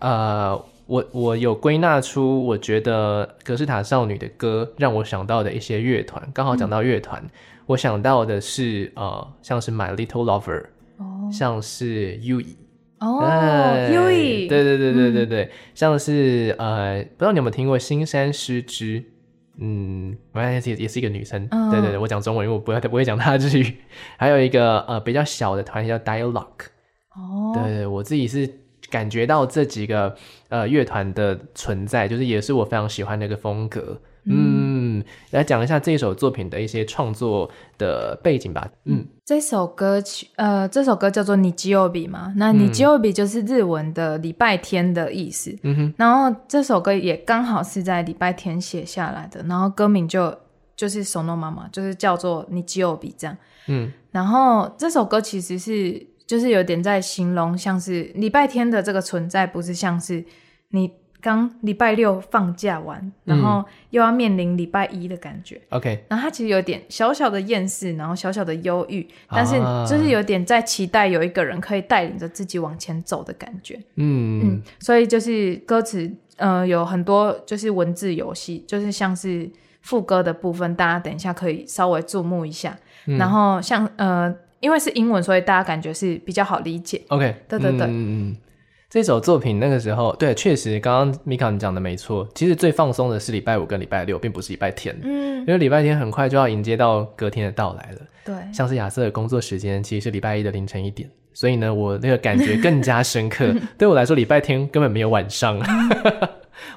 S1: 呃，我我有归纳出，我觉得格式塔少女的歌让我想到的一些乐团，刚好讲到乐
S2: 嗯
S1: 团，我想到的是呃，像是 My Little Lover，
S2: 哦
S1: 像是 U E，
S2: 哦，嗯优
S1: 对
S2: 以，
S1: 哎对对对对对，像是呃，不知道你有没有听过新山诗织。嗯，反正也是也是一个女生，
S2: 嗯
S1: 对对对，我讲中文，因为我不会不会讲她的日语。 [laughs] 还有一个呃比较小的团体叫 Dialogue，
S2: 哦，
S1: 对对，我自己是感觉到这几个呃乐团的存在，就是也是我非常喜欢的一个风格。嗯，来讲一下这首作品的一些创作的背景吧。嗯，
S2: 这首歌曲，呃，这首歌叫做《你基奥比》嘛，那《你基奥比》就是日文的礼拜天的意思。
S1: 嗯哼，
S2: 然后这首歌也刚好是在礼拜天写下来的，然后歌名就就是《手诺妈妈》，就是叫做《你基奥比》这样。
S1: 嗯，
S2: 然后这首歌其实是就是有点在形容，像是礼拜天的这个存在，不是像是你刚礼拜六放假完，然
S1: 嗯
S2: 后又要面临礼拜一的感觉。
S1: OK，
S2: 然后他其实有点小小的厌世，然后小小的忧郁，但是
S1: 啊
S2: 就是有点在期待有一个人可以带领着自己往前走的感觉。嗯
S1: 嗯，，
S2: 所以就是歌词，呃，有很多就是文字游戏，就是像是副歌的部分，大家等一下可以稍微注目一下。
S1: 嗯
S2: 然后像呃，因为是英文，所以大家感觉是比较好理解。
S1: OK，
S2: 对对对
S1: 嗯嗯嗯这首作品那个时候，对，确实，刚刚米卡你讲的没错。其实最放松的是礼拜五跟礼拜六，并不是礼拜天，
S2: 嗯
S1: 因，为礼拜天很快就要迎接到隔天的到来了。
S2: 对，
S1: 像是亚瑟的工作时间其实是礼拜一的凌晨一点，所以呢，我那个感觉更加深刻。对我来说，礼拜天根本没有晚上， [laughs]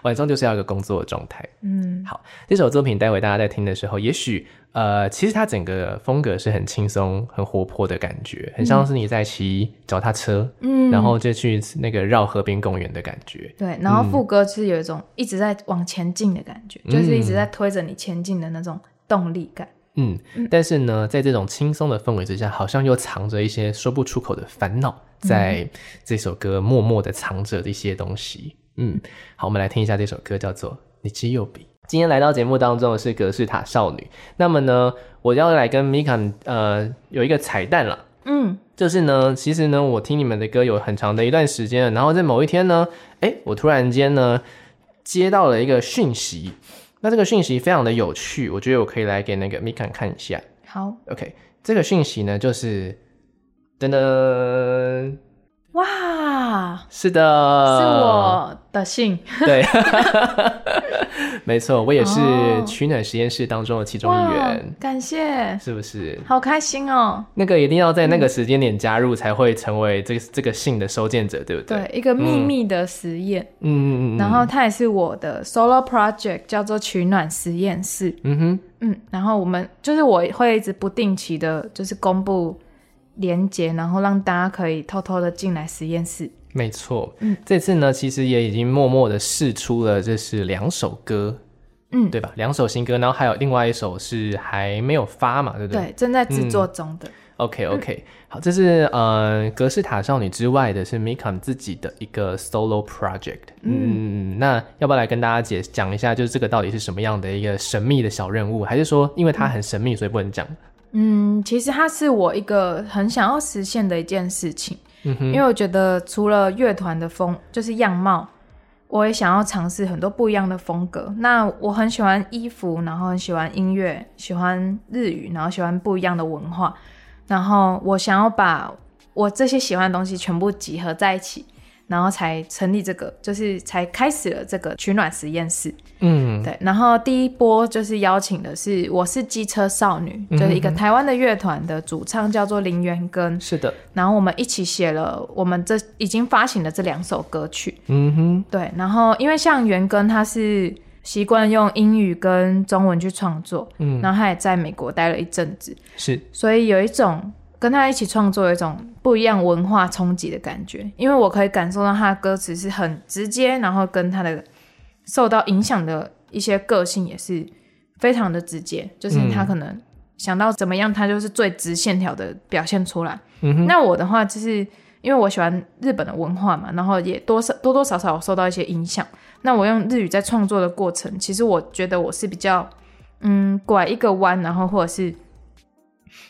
S1: 晚上就是要有一个工作的状态。
S2: 嗯
S1: 好，这首作品待会大家在听的时候，也许呃，其实它整个风格是很轻松、很活泼的感觉，很像是你在骑脚踏车，
S2: 嗯，
S1: 然后就去那个绕河滨公园的感觉。
S2: 对，然后副
S1: 嗯
S2: 歌是有一种一直在往前进的感觉，就是一直在推着你前进的那种动力感。
S1: 嗯，但是呢，在这种轻松的氛围之下，好像又藏着一些说不出口的烦恼，在这首歌默默的藏着的一些东西。嗯，好，我们来听一下这首歌，叫做《你只有笔》。今天来到节目当中的是格式塔少女，那么呢，我要来跟米卡呃有一个彩蛋了。
S2: 嗯，
S1: 就是呢，其实呢，我听你们的歌有很长的一段时间了，然后在某一天呢，哎，我突然间呢接到了一个讯息，那这个讯息非常的有趣，我觉得我可以来给那个米侃看一下。
S2: 好
S1: OK，这个讯息呢就是，噔噔，
S2: 哇，
S1: 是
S2: 是
S1: 的，
S2: 我的信，
S1: 对， [laughs] 没错，我也是
S2: 哦
S1: 取暖实验室当中的其中一
S2: 哇
S1: 员，，
S2: 感谢，
S1: 是不是？
S2: 好开心哦。
S1: 那个一定要在那个时间点加入，才会成为这个这个信的收件者，对不对？
S2: 对，一个秘密的实验，
S1: 嗯，嗯嗯嗯，
S2: 然后它也是我的 solo project，叫做取暖实验室。
S1: 嗯哼，
S2: 嗯，然后我们就是我会一直不定期的，就是公布连接，然后让大家可以偷偷的进来实验室。
S1: 没错。
S2: 嗯
S1: 这次呢，其实也已经默默的试出了，这是两首歌，
S2: 嗯，
S1: 对吧？两首新歌，然后还有另外一首是还没有发嘛，对不对？嗯
S2: 对，正在制作中的。
S1: OK OK，、好，这是呃格式塔少女之外的是 Mikam 自己的一个 solo project。嗯，那要不要来跟大家解讲一下，就是这个到底是什么样的一个神秘的小任务，还是说因为它很神秘，所以不能讲？
S2: 嗯，其实它是我一个很想要实现的一件事情，
S1: 嗯哼，
S2: 因为我觉得除了乐团的风就是样貌，我也想要尝试很多不一样的风格。那我很喜欢衣服，然后很喜欢音乐，喜欢日语，然后喜欢不一样的文化，然后我想要把我这些喜欢的东西全部集合在一起。然后才成立这个，就是才开始了这个取暖实验室。
S1: 嗯
S2: 对，然后第一波就是邀请的是我是机车少女，
S1: 嗯
S2: 就是一个台湾的乐团的主唱叫做林元根，
S1: 嗯是的，
S2: 然后我们一起写了我们这已经发行的这两首歌曲。
S1: 嗯哼，
S2: 对，然后因为像元根他是习惯用英语跟中文去创作，
S1: 嗯
S2: 然后他也在美国待了一阵子，
S1: 是，
S2: 所以有一种跟他一起创作有一种不一样文化冲击的感觉，因为我可以感受到他的歌词是很直接，然后跟他的受到影响的一些个性也是非常的直接，就是他可能想到怎么样，他就是最直线条的表现出来。
S1: 嗯哼，
S2: 那我的话就是。因为我喜欢日本的文化嘛，然后也多少多多少少有受到一些影响。那我用日语在创作的过程，其实我觉得我是比较嗯拐一个弯，然后或者是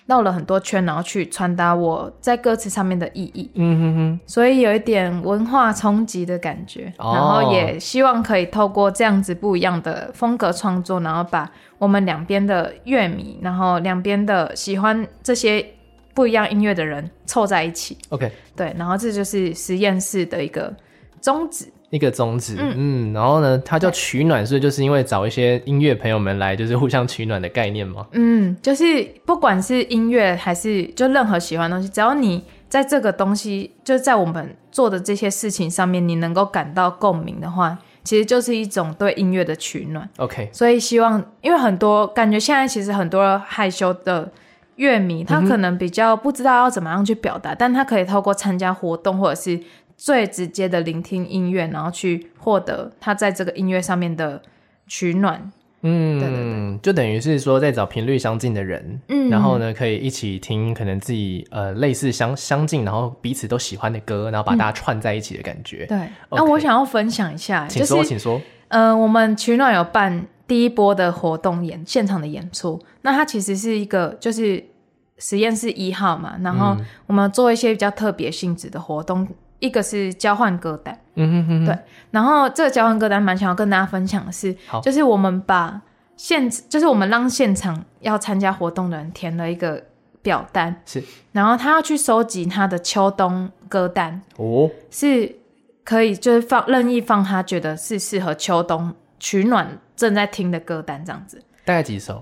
S2: 绕了很多圈，然后去传达我在歌词上面的意义，
S1: 嗯哼哼。
S2: 所以有一点文化冲击的感觉。
S1: 哦
S2: 然后也希望可以透过这样子不一样的风格创作，然后把我们两边的乐迷，然后两边的喜欢这些不一样音乐的人凑在一起。
S1: OK，
S2: 对，然后这就是实验室的一个宗旨。
S1: 一个宗旨，嗯然后呢，它叫取暖，所以就是因为找一些音乐朋友们来，就是互相取暖的概念嘛。
S2: 嗯，就是不管是音乐还是就任何喜欢的东西，只要你在这个东西，就在我们做的这些事情上面，你能够感到共鸣的话，其实就是一种对音乐的取暖。
S1: OK，
S2: 所以希望，因为很多感觉现在其实很多害羞的乐迷，
S1: 嗯
S2: 他可能比较不知道要怎么样去表达，但他可以透过参加活动或者是最直接的聆听音乐，然后去获得他在这个音乐上面的取暖。
S1: 嗯，
S2: 对对
S1: 就等于是说在找频率相近的人，
S2: 嗯
S1: 然后呢可以一起听可能自己呃类似相相近，然后彼此都喜欢的歌，然后把大家串在一起的感觉。
S2: 对，那、
S1: OK
S2: 我想要分享一下，
S1: 请
S2: 就
S1: 说，
S2: 是
S1: 请说。
S2: 呃，我们取暖有办第一波的活动演现场的演出，那它其实是一个就是实验室一号嘛，然后
S1: 嗯
S2: 我们做一些比较特别性质的活动，一个是交换歌单，
S1: 嗯哼哼哼，
S2: 对然后这个交换歌单蛮想要跟大家分享的是
S1: 好，
S2: 就是我们把现就是我们让现场要参加活动的人填了一个表单，
S1: 是
S2: 然后他要去收集他的秋冬歌单，
S1: 哦，
S2: 是可以就是放任意放他觉得是适合秋冬取暖正在听的歌单这样子，
S1: 大概几首？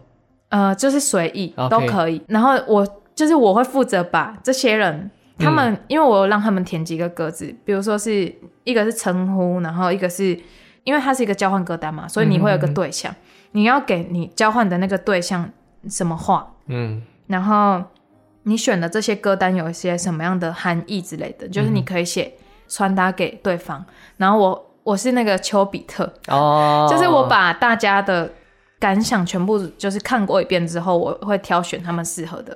S2: 呃，就是随意
S1: OK
S2: 都可以。然后我就是我会负责把这些人。他们、因为我有让他们填几个格子，比如说是一个是称呼，然后一个是因为它是一个交换歌单嘛，所以你会有个对象，你要给你交换的那个对象什么话，
S1: 嗯
S2: 然后你选的这些歌单有一些什么样的含义之类的，就是你可以写传达给对方。然后我我是那个丘比特，
S1: 哦，
S2: 就是我把大家的感想全部就是看过一遍之后，我会挑选他们适合的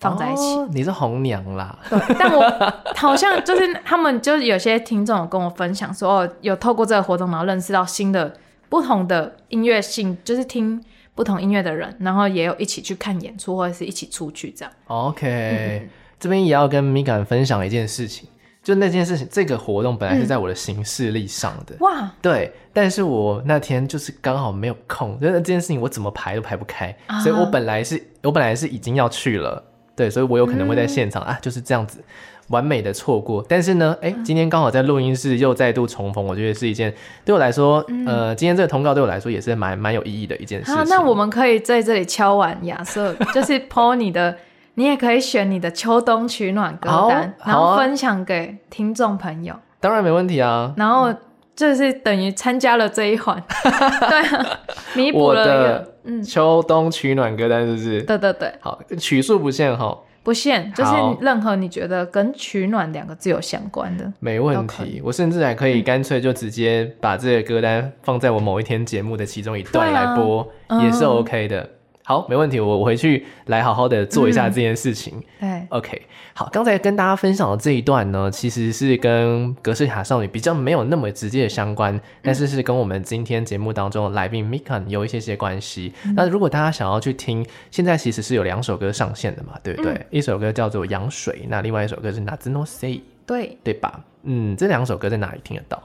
S2: 放在一起。
S1: 哦你是红娘啦，
S2: 但我好像就是他们，就是有些听众有跟我分享说，哦，有透过这个活动，然后认识到新的不同的音乐性，就是听不同音乐的人，然后也有一起去看演出或者是一起出去这样。
S1: OK，、这
S2: 嗯
S1: 边也要跟米感分享一件事情，就那件事情，这个活动本来是
S2: 嗯
S1: 在我的行事历上的，
S2: 哇
S1: 对，但是我那天就是刚好没有空，就是这件事情我怎么排都排不开，
S2: 啊
S1: 所以我本来是，我本来是已经要去了，对，所以我有可能会在现场、
S2: 嗯
S1: 啊，就是这样子，完美的错过。但是呢，哎、今天刚好在录音室又再度重逢，我觉得是一件对我来说，呃，今天这个通告对我来说也是蛮蛮有意义的一件事情。
S2: 啊，嗯那我们可以在这里敲完亚瑟， [laughs] 就是 PO 你的，你也可以选你的秋冬取暖歌单，
S1: 好
S2: 然
S1: 好啊
S2: 后分享给听众朋友，
S1: 当然没问题啊，
S2: 然后就是等于参加了这一环， [laughs] 对啊，弥补
S1: 我
S2: 了一
S1: 的
S2: 个，嗯，
S1: 秋冬取暖歌单是不是？
S2: 对对对。
S1: 好，曲数不限哈，
S2: 不限，就是
S1: 好
S2: 任何你觉得跟取暖两个字有相关的。
S1: 没问
S2: 都可嗯
S1: 题。我甚至还可以干脆就直接把这个歌单放在我某一天节目的其中一段
S2: 对啊
S1: 来播，
S2: 嗯
S1: 也是 OK 的。好，没问题，我我回去来好好的做一
S2: 嗯
S1: 下这件事情。
S2: 对，
S1: OK，好，刚才跟大家分享的这一段呢，其实是跟格式卡少女比较没有那么直接的相关，但
S2: 嗯
S1: 是是跟我们今天节目当中的来宾 Mikan 有一些些关系。
S2: 嗯
S1: 那如果大家想要去听，现在其实是有两首歌上线的嘛，对不对？
S2: 嗯
S1: 一首歌叫做《羊水》，那另外一首歌是《Nazuno Say》，
S2: 对，
S1: 对吧？嗯，这两首歌在哪里听得到？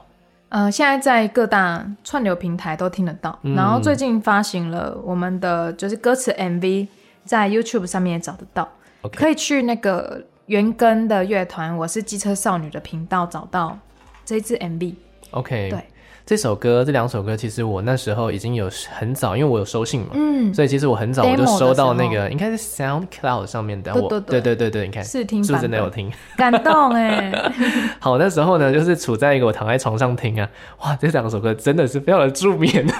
S2: 呃，现在在各大串流平台都听得到，
S1: 嗯
S2: 然后最近发行了我们的就是歌词 MV，在 YouTube 上面也找得到
S1: OK
S2: 可以去那个原根的乐团，我是机车少女的频道找到这支 MV。
S1: OK，
S2: 对，
S1: 这首歌这两首歌，其实我那时候已经有很早，因为我有收信嘛，
S2: 嗯，
S1: 所以其实我很早我
S2: Demo
S1: 就
S2: 的
S1: 收到
S2: 时候
S1: 那个，应该是 SoundCloud 上面的，
S2: 对
S1: 我
S2: 对
S1: 对对
S2: 对
S1: 对对，你看是
S2: 嗯试听
S1: 不是
S2: 版
S1: 真的有
S2: 本，
S1: 听？ [laughs]
S2: 感动哎、
S1: 好，那时候呢，就是处在一个我躺在床上听啊，哇，这两首歌真的是非常的助眠。啊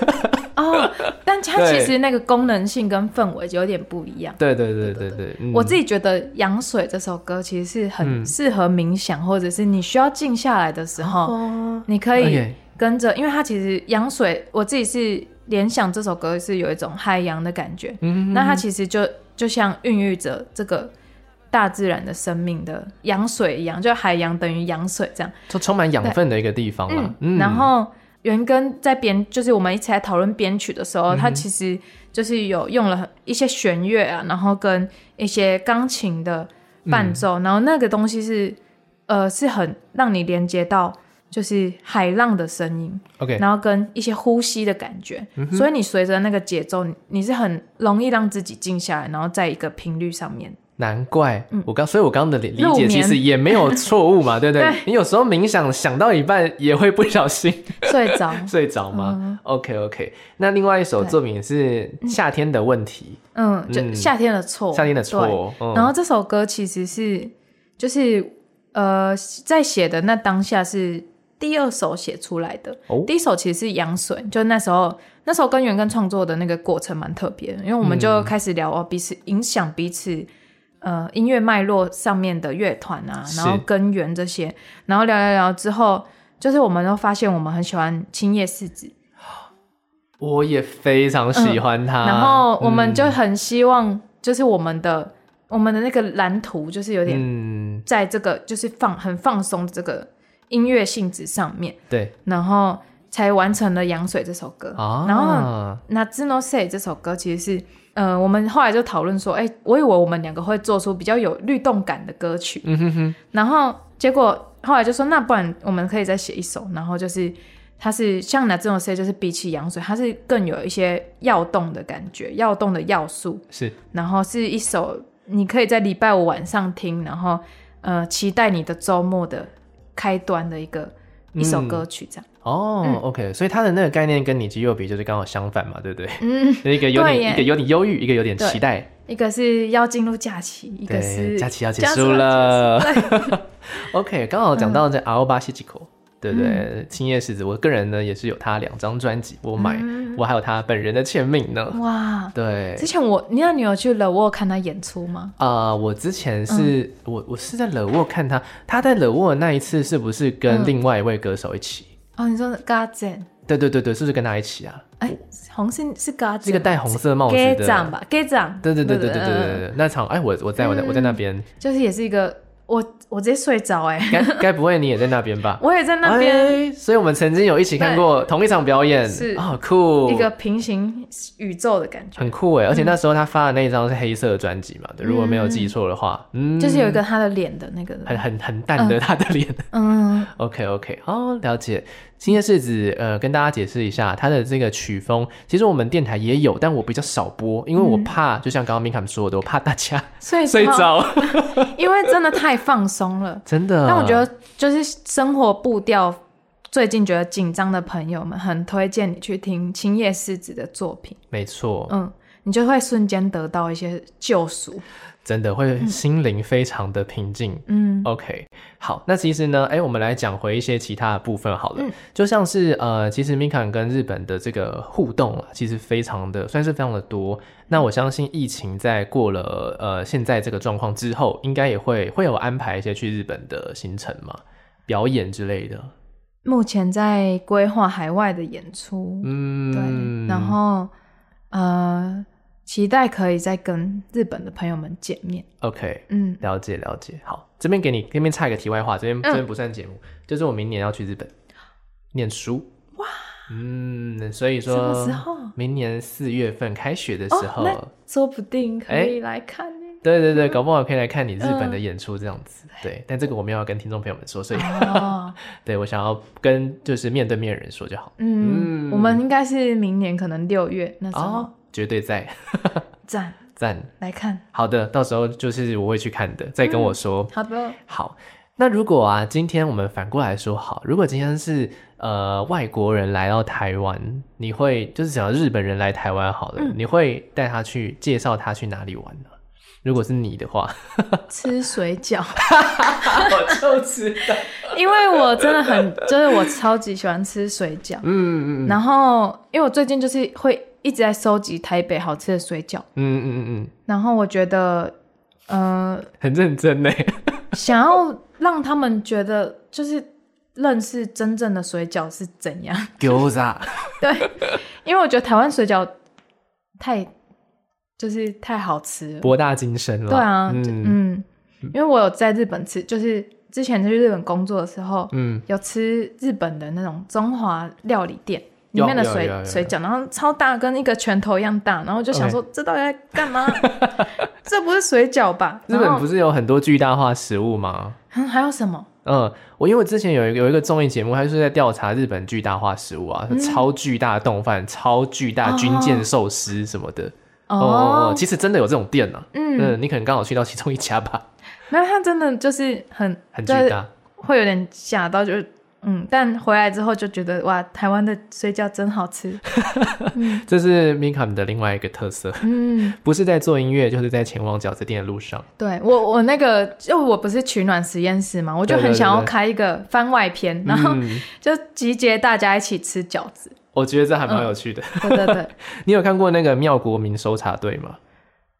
S2: 哦，但它
S1: 对
S2: 其实那个功能性跟氛围有点不一样。
S1: [laughs] 对对对对对，嗯
S2: 我自己觉得《羊水》这首歌其实是很适合冥想，或者是你需要静下来的时候，
S1: 哦
S2: 你可以
S1: OK
S2: 跟着，因为它其实《羊水》，我自己是联想这首歌是有一种海洋的感觉。
S1: 嗯
S2: 那它其实就就像孕育着这个大自然的生命的羊水一样，就海洋等于羊水这样。
S1: 就充满养分的一个地方嘛。嗯，
S2: 然后元根在编，就是我们一起来讨论编曲的时候，他其实就是有用了一些弦乐啊，然后跟一些钢琴的伴奏，然后那个东西是呃是很让你连接到就是海浪的声音，
S1: OK，
S2: 然后跟一些呼吸的感觉，
S1: 嗯
S2: 所以你随着那个节奏，你你是很容易让自己静下来，然后在一个频率上面。
S1: 难怪、我刚，所以我刚刚的理理
S2: 入
S1: 解
S2: 眠
S1: 其实也没有错误 [laughs] 嘛，对不对？
S2: 对
S1: 你有时候冥想想到一半也会不小心 [laughs]
S2: 睡着，
S1: 睡着吗、o k OK。那另外一首
S2: 对
S1: 作品是《夏天的问题
S2: 嗯，
S1: 嗯
S2: 就夏天的错，》，
S1: 夏天的
S2: 对
S1: 错，嗯
S2: 然后这首歌其实是就是呃，在写的那当下是第二首写出来的，
S1: 哦
S2: 第一首其实是羊水，就那时候那时候跟元根创作的那个过程蛮特别的，因为我们
S1: 嗯
S2: 就开始聊哦，彼此影响彼此。呃，音乐脉络上面的乐团啊，
S1: 是
S2: 然后根源这些，然后聊聊聊之后，就是我们都发现我们很喜欢青叶四子，
S1: 我也非常喜欢它。
S2: 然后我们就
S1: 啊嗯
S2: 很希望，就是我们的、我们的那个蓝图，就是有点
S1: 嗯，
S2: 在这个就是放很放松的这个音乐性质上面，
S1: 对
S2: 然后才完成了《羊水》这首歌。
S1: 啊，
S2: 然后《那 z i n o Say》这首歌其实是，呃，我们后来就讨论说，哎、我以为我们两个会做出比较有律动感的歌曲，
S1: 嗯哼哼，
S2: 然后结果后来就说，那不然我们可以再写一首，然后就是。它是像那这种 C，就是比起羊水，它是更有一些要动的感觉，要动的要素，
S1: 是
S2: 然后是一首你可以在礼拜五晚上听，然后呃期待你的周末的开端的一个、一首歌曲这样。
S1: 哦、o
S2: 嗯
S1: k 所以它的那个概念跟你肌肉比就是刚好相反嘛，对不对？
S2: 嗯，
S1: [laughs] 一个有
S2: 对
S1: 点
S2: 耶
S1: 一个有点忧郁，一个有点期待。
S2: 一个是要进入假期，一个
S1: 对，
S2: 是
S1: 假期要结
S2: 假期
S1: 束了
S2: 结束对
S1: [laughs]
S2: 嗯
S1: OK，刚好讲到这 R 八西吉口，对不对？青叶石子，我个人呢也是有他两张专辑，我买，
S2: 嗯
S1: 我还有他本人的签名
S2: 哦
S1: 呢。
S2: 哇！
S1: 对，
S2: 之前我，你那你有去了沃看他演出吗？
S1: 啊、我之前是、
S2: 嗯
S1: 我我是在冷沃看他，他在冷沃的那一次是不是跟
S2: 嗯
S1: 另外一位歌手一起？
S2: 哦，你说 g a r d e n
S1: 对对对对，是不是跟他一起啊？
S2: 哎，红是是嘎子，
S1: 这个戴红色帽子
S2: 给
S1: 的，
S2: 长吧，给长，
S1: 对对对对对对
S2: 嗯
S1: 对对，那场哎，我我在我在我在那边，
S2: 就是也是一个我我直接睡着 [laughs] 哎、
S1: 该该不会你也在那边吧？
S2: 我也在那边
S1: 哎，所以我们曾经有一起看过同一场表演，
S2: 是
S1: 啊，酷，
S2: 一个嗯平行宇宙的感觉，
S1: 很酷哎，而且那时候他发的那一张是黑色的专辑嘛，对，如果没有记错的话，嗯，
S2: 嗯就是有一个他的脸的那个，
S1: 很很很淡的他的脸。 [laughs]
S2: 嗯，
S1: OK OK，哦，了解。今天是指呃，跟大家解释一下它的这个曲风。其实我们电台也有，但我比较少播，因为
S2: 嗯
S1: 我怕，就像刚刚 Mikam 说的，我怕大家 [laughs]
S2: 睡
S1: 睡着。
S2: 因为真的太放
S1: [laughs]
S2: 松了。
S1: 真的。
S2: 但我觉得就是生活步调，最近觉得紧张的朋友们，很推荐你去听青叶世子的作品，
S1: 没错，
S2: 嗯，你就会瞬间得到一些救赎，
S1: 真的会心灵非常的平静。
S2: 嗯
S1: OK，好，那其实呢，哎、我们来讲回一些其他的部分好了，
S2: 嗯
S1: 就像是呃，其实 Mikan 跟日本的这个互动啊，其实非常的算是非常的多。那我相信疫情在过了呃现在这个状况之后，应该也会会有安排一些去日本的行程嘛，表演之类的。
S2: 目前在规划海外的演出，
S1: 嗯，
S2: 对，然后呃，期待可以再跟日本的朋友们见面。
S1: OK，
S2: 嗯，
S1: 了解了解。好，这边给你这边插一个题外话，这边这边不算节目，就是我明年要去日本念书。哇，嗯，所以
S2: 什么
S1: 说
S2: 时候？哦
S1: 明年四月份开学的时候，
S2: 那说不定可
S1: 哎
S2: 以来看呢、
S1: 对对对，搞不好可以来看你日本的
S2: 嗯
S1: 演出这样子。对，但这个我没有要跟听众朋友们说，所以、
S2: 哦，
S1: 对我想要跟就是面对面的人说就好。
S2: 嗯，我们应该是明年可能六月那时候
S1: 哦，绝对在
S2: 赞、
S1: 赞。
S2: 来看。
S1: 好的，到时候就是我会去看的，再跟
S2: 嗯
S1: 我说。
S2: 好的，
S1: 好，那如果啊，今天我们反过来说好，如果今天是呃外国人来到台湾，你会就是讲日本人来台湾好了，
S2: 嗯
S1: 你会带他去介绍他去哪里玩呢？如果是你的话，
S2: 吃水饺，
S1: [laughs]
S2: [laughs]
S1: 我就知道。
S2: 因为我真的 [laughs] 很，就是我超级喜欢吃水饺。
S1: 嗯嗯嗯
S2: 然后，因为我最近就是会一直在收集台北好吃的水饺，
S1: 嗯嗯嗯
S2: 然后我觉得，呃， [laughs]
S1: 嗯，很认真呢。
S2: 想要让他们觉得就是认识真正的水饺是怎样，
S1: Gyoza，
S2: 因为我觉得台湾水饺太就是太好吃了。
S1: 博大精深了。
S2: 对啊，就
S1: 嗯
S2: 嗯因为我有在日本吃，就是之前去日本工作的时候，
S1: 嗯，
S2: 有吃日本的那种中华料理店。里
S1: 有
S2: 面的
S1: 有
S2: 水
S1: 有有
S2: 水饺，然后超大，跟一个拳头一样大，然后我就想说这到底在
S1: [laughs]
S2: 干嘛？这不是水饺吧？
S1: 日
S2: 然
S1: 本
S2: 后
S1: 不是有很多巨大化食物吗？
S2: 嗯还有什么？
S1: 嗯，我因为我之前有一个有一个综艺节目，它就是在调查日本巨大化食物啊，超巨大的冻饭、超巨大军舰寿司什么的。嗯
S2: 哦，
S1: 其实真的有这种店啊。
S2: 嗯，
S1: 嗯，你可能刚好去到其中一家吧，
S2: 没有，它真的就是很
S1: 很巨
S2: 就是
S1: 大。
S2: 会有点吓到，就是嗯，但回来之后就觉得哇，台湾的水饺真好吃。
S1: 这是 Mikam 的另外一个特色，
S2: 嗯，
S1: 不是在做音乐，就是在前往饺子店的路上。
S2: 对我我那个就我不是取暖实验室嘛，我就
S1: 对对
S2: 很
S1: 对
S2: 想要
S1: 对
S2: 开一个番外篇，然后
S1: 嗯，
S2: 就集结大家一起吃饺子。
S1: 我觉得这还蛮有趣的。 [laughs]
S2: 对对对，
S1: 你有看过那个妙国民搜查队吗？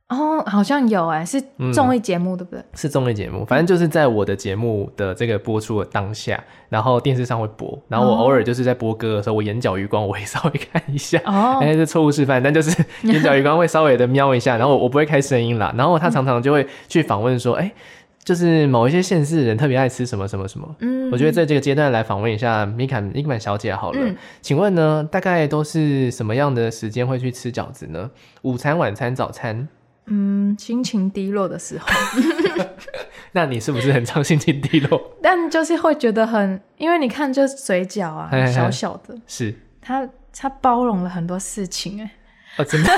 S2: 哦，好像有哎、是
S1: 嗯
S2: 综艺节目、对不对？
S1: 是综艺节目，反正就是在我的节目的这个播出的当下，然后电视上会播，然后我
S2: 哦
S1: 偶尔就是在播歌的时候，我眼角余光我会稍微看一下。
S2: 哦，
S1: 哎、这错误示范，但就是 [laughs] 眼角余光会稍微的瞄一下，然后我我不会开声音啦，然后他常常就会去访问
S2: 嗯
S1: 说，哎、就是某一些县市人特别爱吃什么什么什么。
S2: 嗯，
S1: 我觉得在这个阶段来访问一下米坎米坎小姐好了，
S2: 嗯
S1: 请问呢，大概都是什么样的时间会去吃饺子呢？午餐、晚餐、早餐？
S2: 嗯，心情低落的时候，
S1: 那你是不是很常心情低落？
S2: 但就是会觉得很，因为你看，就水饺啊
S1: 嘿嘿，嘿
S2: 小小的，
S1: 是。
S2: 它它包容了很多事情哎、
S1: 哦， [laughs] 真的，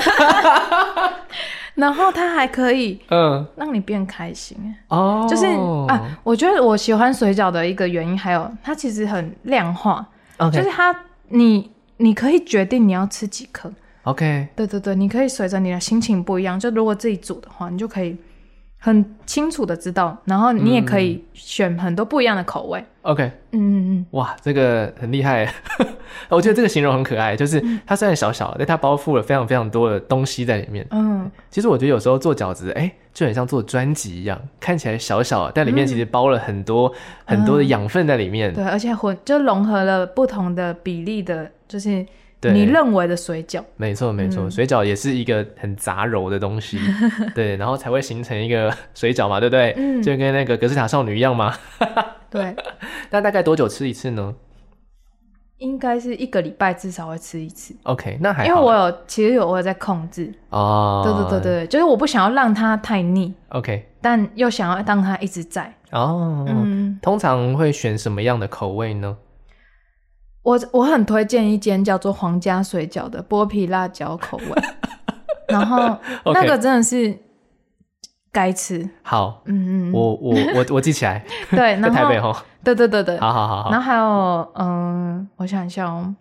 S2: 然后它还可以
S1: 嗯，
S2: 让你变开心哎。
S1: 哦，
S2: 就是啊，我觉得我喜欢水饺的一个原因，还有它其实很量化，就
S1: ，OK
S2: 是它你你可以决定你要吃几颗，
S1: OK，
S2: 对对对，你可以随着你的心情不一样，就如果自己煮的话，你就可以很清楚的知道，然后你也可以选很多不一样的口味，
S1: OK，
S2: 嗯嗯
S1: 哇，这个很厉害， [laughs] 我觉得这个形容很可爱，就是
S2: 嗯
S1: 它虽然小小，但它包覆了非常非常多的东西在里面。
S2: 嗯
S1: 其实我觉得有时候做饺子，哎、就很像做专辑一样，看起来小小，但里
S2: 嗯
S1: 面其实包了很多、很多的养分在里面
S2: 嗯，。对，而且混就融合了不同的比例的，就是
S1: 对
S2: 你嗯认为的水饺。
S1: 没错，没错，水饺也是一个很杂糅的东西，对，然后才会形成一个 [laughs] 水饺嘛，对不对？
S2: 嗯
S1: 就跟那个格式塔少女一样嘛。
S2: 对，
S1: 那大概多久吃一次呢
S2: 应该是一个礼拜至少会吃一次，
S1: ？OK，那还
S2: 因为
S1: 好
S2: 我有其实有我有在控制。
S1: 哦，
S2: 对对对对，就是我不想要让它太腻，
S1: ，OK，
S2: 但又想要让它一直在。
S1: 哦，
S2: 嗯，
S1: 通常会选什么样的口味呢？
S2: 我我很推荐一间叫做皇家水饺的剥皮辣椒口
S1: [laughs]
S2: 味，然后
S1: OK
S2: 那个真的是该吃，
S1: 好，
S2: 嗯嗯，嗯
S1: 我我我我记起来，
S2: 对，
S1: 在
S2: [laughs] 然
S1: 台北
S2: 后
S1: 吼，
S2: 对对对对，
S1: 好好好好，
S2: 然后还有嗯，我想一下哦，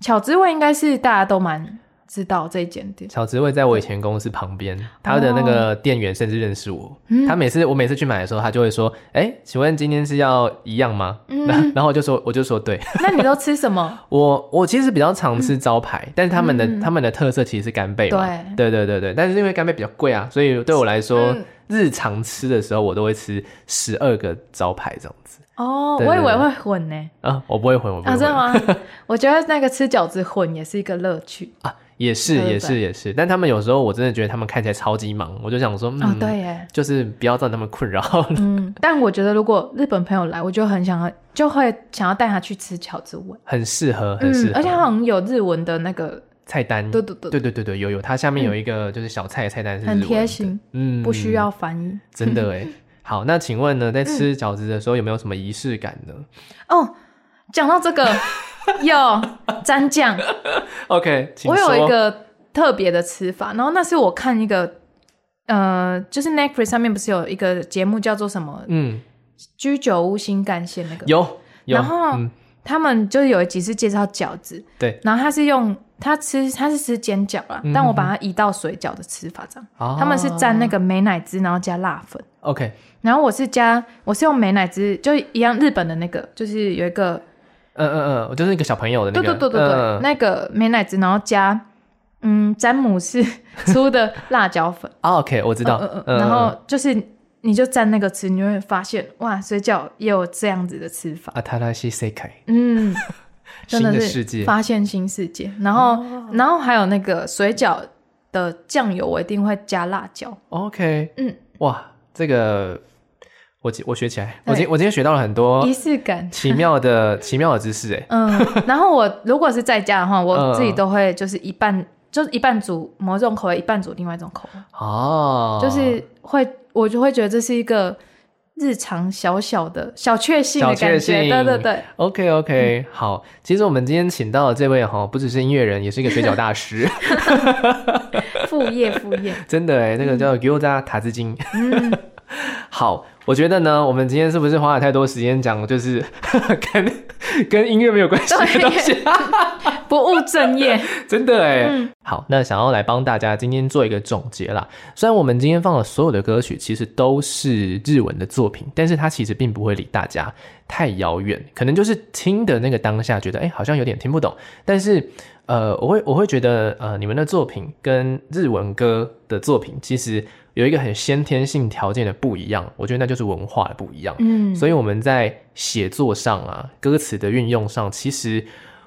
S2: 巧滋味应该是大家都蛮知道这一间
S1: [laughs]
S2: 店，
S1: 小职位在我以前公司旁边，他的那个店员甚至认识我。
S2: 哦嗯
S1: 他每次我每次去买的时候，他就会说：“哎、请问今天是要一样吗？”
S2: 嗯
S1: 那 [laughs] 然后我就说我就说对。
S2: 那你都吃什么？
S1: 我我其实比较常吃招牌，但是他们的、
S2: 嗯
S1: 他们的特色其实是干贝嘛，对对对对但是因为干贝比较贵啊，所以对我来说，
S2: 嗯
S1: 日常吃的时候我都会吃十二个招牌这样子
S2: 哦，
S1: [laughs] 对
S2: 我以
S1: 对
S2: 为
S1: 对
S2: 会混呢、
S1: 啊，我不会混，我不会
S2: 啊，
S1: 混，
S2: 真的吗？ [laughs] 我觉得那个吃饺子混也是一个乐趣
S1: 啊也是
S2: 对对
S1: 也是也是，但他们有时候我真的觉得他们看起来超级忙，我就想说，嗯，
S2: 啊、哦对耶，
S1: 就是不要让他们困扰。 [laughs]
S2: 嗯，但我觉得如果日本朋友来，我就很想要，就会想要带他去吃饺子味，
S1: 很适合，很适
S2: 嗯，
S1: 合，
S2: 而且好像有日文的那个，
S1: 菜单，
S2: 对对对，
S1: 嗯对对对对有有，它下面有一个就是小菜的菜单是日文
S2: 嗯很
S1: 的
S2: 贴，心，
S1: 嗯，
S2: 不需要翻译。
S1: 真的
S2: [laughs]
S1: 哎。好，那请问
S2: 嗯
S1: 呢，在吃饺子的时候有没有什么仪式感呢
S2: 哦，讲
S1: [laughs]
S2: 到这个，有蘸酱，
S1: ？OK，请
S2: 我
S1: 说
S2: 有一个特别的吃法，然后那是我看一个。呃，就是 Netflix 上面不是有一个节目叫做什么
S1: 嗯，
S2: “居酒屋新干线”那个，
S1: 有有，
S2: 然后
S1: 嗯
S2: 他们就是有一集是介绍饺子，
S1: 对，
S2: 然后他是用他吃他是吃煎饺啦，
S1: 嗯
S2: 但我把它移到水饺的吃法这样。
S1: 哦
S2: 他们是蘸那个美乃滋，然后加辣粉，
S1: OK，
S2: 然后我是加我是用美乃滋，就一样日本的那个，就是有一个
S1: 嗯嗯嗯，就是那个小朋友的那
S2: 对
S1: 个，
S2: 对对对对，
S1: 嗯嗯
S2: 那个美乃滋，然后加嗯詹
S1: [laughs]
S2: 姆士出的辣椒粉，
S1: 啊 OK，我知道，
S2: 嗯嗯
S1: 嗯嗯
S2: 嗯，然后就是你就蘸那个吃，你就会发现哇，水饺也有这样子的吃法，
S1: 啊，塔拉西 C K，
S2: 嗯。真
S1: 新
S2: 的
S1: 的
S2: 是
S1: 世界，
S2: 发现新世界。然后，然后还有那个水饺的酱油，我一定会加辣椒。
S1: OK，
S2: 嗯，
S1: 哇，这个我记我学起来，我今
S2: 对
S1: 我今天学到了很多
S2: 仪式感。
S1: 奇妙的 [laughs] 奇妙的知识哎。
S2: 嗯， [laughs] 然后我如果是在家的话，我自己
S1: 嗯
S2: 都会就是一半，就是一半煮某种口味，一半煮另外一种口味，
S1: 哦，
S2: 就是会我就会觉得这是一个日常小小的小确幸的
S1: 小
S2: 感
S1: 确
S2: 觉。
S1: 幸
S2: 对对对，
S1: OK OK，、好。
S2: 嗯
S1: 其实我们今天请到的这位哈，不只是音乐人，也是一个水饺大师，
S2: 副
S1: [laughs]
S2: 业副业，
S1: 真的哎，那个叫 Gilda 塔兹金。
S2: 嗯，
S1: [laughs] 好，我觉得呢，我们今天是不是花了太多时间讲，就是 [laughs] 跟跟音乐没有关系的东西？
S2: [laughs] 不务正业，
S1: 真的哎、好，那想要来帮大家今天做一个总结啦。虽然我们今天放的所有的歌曲其实都是日文的作品，但是它其实并不会离大家太遥远，可能就是听的那个当下觉得哎、好像有点听不懂，但是呃，我会我会觉得呃，你们的作品跟日文歌的作品其实有一个很先天性条件的不一样，我觉得那就是文化的不一样。
S2: 嗯，
S1: 所以我们在写作上啊，歌词的运用上，其实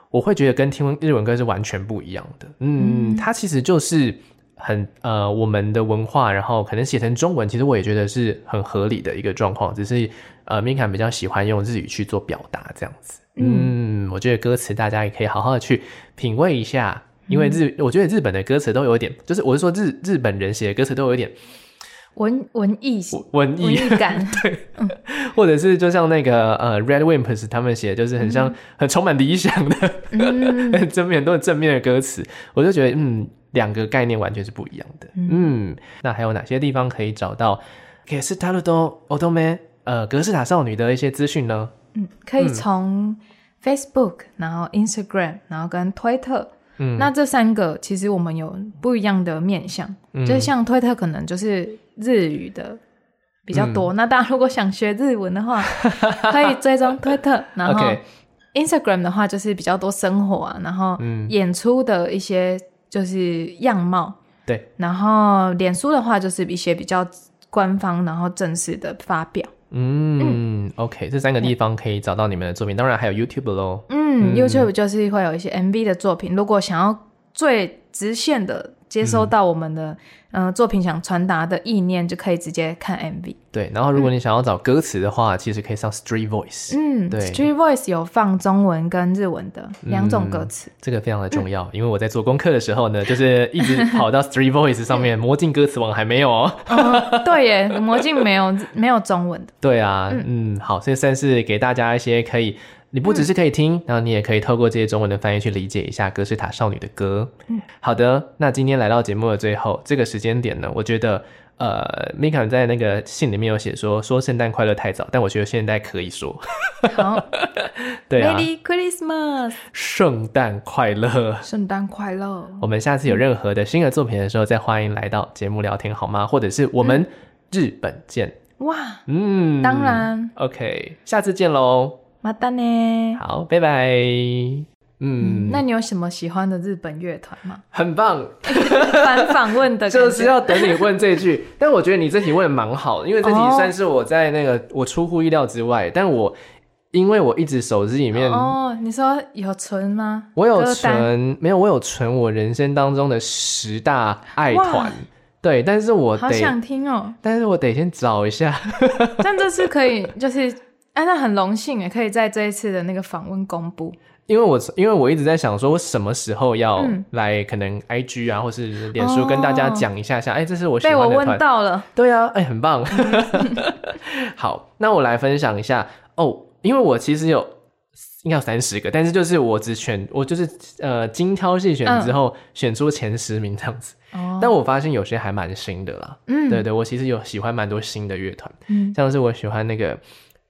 S1: 我会觉得跟听日文歌是完全不一样的。嗯，它其实就是很呃我们的文化，然后可能写成中文，其实我也觉得是很合理的一个状况，只是呃 m i k 比较喜欢用日语去做表达这样子。嗯，我觉得歌词大家也可以好好的去品味一下。因为日，我觉得日本的歌词都有一点，就是我是说日日本人写的歌词都有一点
S2: 文文艺
S1: 文
S2: 文
S1: 艺
S2: 艺感，
S1: 或者是就像那个呃 Red Wimps 他们写的，就是很像、很充满理想的，
S2: 嗯
S1: [laughs] 很正面很多很正面的歌词，我就觉得嗯，两个概念完全是不一样的。嗯那还有哪些地方可以找到可是塔鲁多奥多梅呃格式塔少女的一些资讯呢？
S2: 嗯，可以从 Facebook，、然后 Instagram，然后跟推特。
S1: 嗯
S2: 那这三个其实我们有不一样的面向，
S1: 嗯
S2: 就是像推特可能就是日语的比较
S1: 嗯
S2: 多。那大家如果想学日文的
S1: [laughs]
S2: 话，可以追踪推特，然后
S1: OK
S2: Instagram 的话就是比较多生活啊，然后
S1: 嗯
S2: 演出的一些就是样貌，
S1: 对，
S2: 然后脸书的话就是一些比较官方然后正式的发表。
S1: 嗯 o k 这三个地方可以找到你们的作品，当然还有 YouTube 喽。
S2: 嗯 y o u t u b e 就是会有一些 MV 的作品，如果想要最直线的接收到我们的嗯、呃作品想传达的意念，就可以直接看 MV。
S1: 对，然后如果你想要找歌词的话，其实可以上 Street Voice，、
S2: 嗯
S1: 对
S2: ，Street Voice 有放中文跟日文的两种歌词。
S1: 这个非常的重要，因为我在做功课的时候呢，就是一直跑到 Street Voice 上 [laughs] 面，魔镜歌词网还没有哦。
S2: 哦 [laughs] 对耶，魔镜没有没有中文的，
S1: 对啊，嗯好，所以算是给大家一些可以，你不只是可以听，然后你也可以透过这些中文的翻译去理解一下歌诗塔少女的歌。嗯，好的，那今天来到节目的最后这个时间点呢，我觉得。呃，Mika 在那个信里面有写说说圣诞快乐太早，但我觉得现在可以说， [laughs]
S2: 好、
S1: 对
S2: m
S1: 啊
S2: e r r y Christmas，
S1: 圣诞快乐。
S2: 圣诞快乐。
S1: 我们下次有任何的新的作品的时候，再欢迎来到节目聊天好吗？或者是我们日本见。
S2: 哇，
S1: 嗯，
S2: 当然
S1: ，OK，下次见喽。
S2: 马丹呢？
S1: 好，拜拜。嗯，？
S2: 那你有什么喜欢的日本乐团吗
S1: 很棒，
S2: 反访问的感觉
S1: 就是要等你问这句。但我觉得你这题问的蛮好的，因为这题
S2: 哦
S1: 算是我在那个我出乎意料之外，但我因为我一直手机里面。
S2: 哦，你说有存吗？
S1: 我有
S2: 歌单
S1: 存，没有我有存我人生当中的十大爱团
S2: 哇，
S1: 对，但是我
S2: 好
S1: 得，
S2: 想听哦。 [laughs]
S1: 但是我得先找一下，
S2: 但这次可以，就是哎，那很荣幸也可以在这一次的那个访问公布。
S1: 因为我因为我一直在想说，我什么时候要
S2: 嗯哦
S1: 来可能 IG 啊，或是脸书跟大家讲一下下，哎、这是我喜
S2: 被我
S1: 欢的
S2: 问
S1: 团，
S2: 到嗯了，
S1: 对啊，哎、很棒。 [laughs] 好，那我来分享一下哦，因为我其实有应该有三十个，但是就是我只选我就是呃精挑细选之后、选出前十名这样子，
S2: 嗯哦，
S1: 但我发现有些还蛮新的啦。
S2: 嗯，
S1: 对对，我其实有喜欢蛮多新的乐团，
S2: 嗯，
S1: 像是我喜欢那个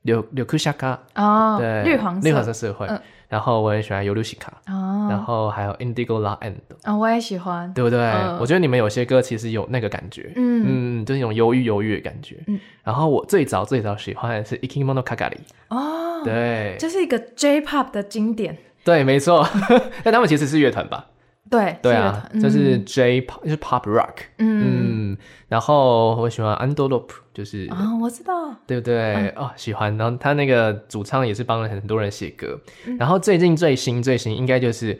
S1: 柳柳库夏卡，
S2: 哦，
S1: 对，
S2: 绿黄色，
S1: 绿黄色社会，
S2: 嗯
S1: 然后我很喜欢尤露西卡。然
S2: 哦，
S1: 后还有 Indigo La End，
S2: 啊，我也喜欢，
S1: 对不对？
S2: 嗯
S1: 我觉得你们有些歌其实有那个感觉，
S2: 嗯，
S1: 嗯，就是一种忧郁忧郁的感觉。
S2: 嗯
S1: 然后我最早最早喜欢的是 Ikimono Kagari，、
S2: 哦，
S1: 对
S2: 这是一个 J-pop 的经典，
S1: 对，没错。 [laughs] 但他们其实是乐团吧？
S2: 对，
S1: 对
S2: 这个
S1: 啊，
S2: 团
S1: 就是 J pop，就是 Pop Rock。
S2: 嗯，
S1: 嗯，然后我喜欢 Andolop，就是、
S2: 啊，哦我嗯知道，
S1: 对不对？哦，喜欢。然后他那个主唱也是帮了很多人写歌。
S2: 嗯
S1: 然后最近最新最新应该就是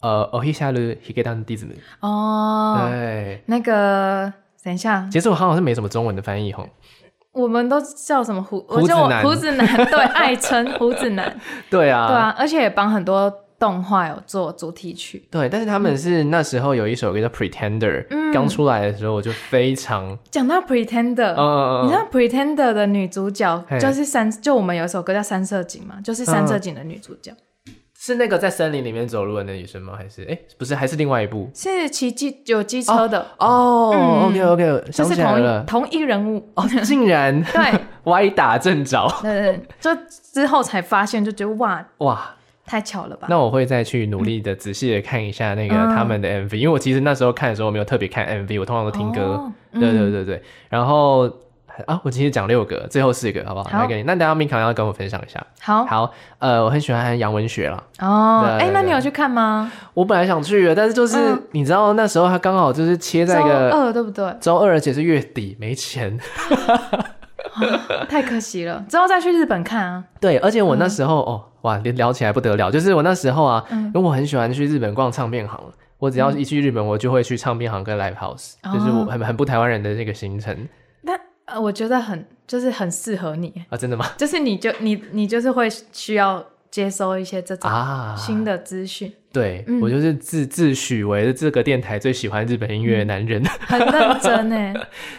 S1: 呃 Ohisharu Higedan Dism，、
S2: 哦，
S1: 对。
S2: 那个，等一下，
S1: 其实我好像是没什么中文的翻译吼。
S2: 我们都叫什么胡？
S1: 胡
S2: 我
S1: 子
S2: 叫我
S1: 男
S2: 胡子男，对，爱称胡
S1: [laughs]
S2: 子男，
S1: 对啊，
S2: 对啊，而且也帮很多动画有做主题曲。
S1: 对，但是他们是那时候有一首歌叫《Pretender》，
S2: 嗯
S1: 刚出来的时候我就非常，
S2: 讲到 Pretender，、
S1: 嗯
S2: 你知道 Pretender 的女主角
S1: 嘿
S2: 就是三，就我们有一首歌叫《三色堇》嘛，就是三色堇的女主角、
S1: 嗯是那个在森林里面走路的那女生吗？还是哎，不是，还是另外一部？
S2: 是骑机有机车的，
S1: 哦、
S2: 嗯
S1: o k OK，
S2: 就
S1: 想
S2: 是
S1: 起来
S2: 同一
S1: 了，
S2: 同一人物。
S1: 哦，竟 [laughs] 然
S2: [laughs] 对，
S1: 歪打正着，
S2: 对对，对就之后才发现，就觉得哇，
S1: 哇！
S2: 太巧了吧？
S1: 那我会再去努力的、仔细的看一下那个
S2: 嗯
S1: 他们的 MV，、因为我其实那时候看的时候我没有特别看 MV，我通常都听歌。
S2: 哦
S1: 对对
S2: 嗯
S1: 对对，然后啊，我今天讲六个，最后四个好不好？
S2: 好
S1: 来给你，那大家 m i k 要跟我分享一下。
S2: 好
S1: 好，呃，我很喜欢杨文学啦。
S2: 哦，
S1: 对对
S2: 哎、那你
S1: 对
S2: 有去看吗？
S1: 我本来想去的，但是就是、
S2: 嗯
S1: 你知道那时候他刚好就是切
S2: 周
S1: 在一个
S2: 二对不对？
S1: 周二，而且是月底，没钱。
S2: 太可惜了，之后再去日本看啊。
S1: 对，而且我那时候、哦，哇，连聊起来不得了，就是我那时候啊，
S2: 嗯
S1: 因为我很喜欢去日本逛唱片行。我只要一去日本，我就会去唱片行跟 live house，、
S2: 哦
S1: 就是我很很不台湾人的这个行程
S2: 但呃，我觉得很就是很适合你，
S1: 啊，真的吗？
S2: 就是你就你你就是会需要接收一些这种
S1: 啊，
S2: 新的资讯，
S1: 对、
S2: 嗯
S1: 我就是自自诩为这个电台最喜欢日本音乐的男人， [laughs]
S2: 很认真哎。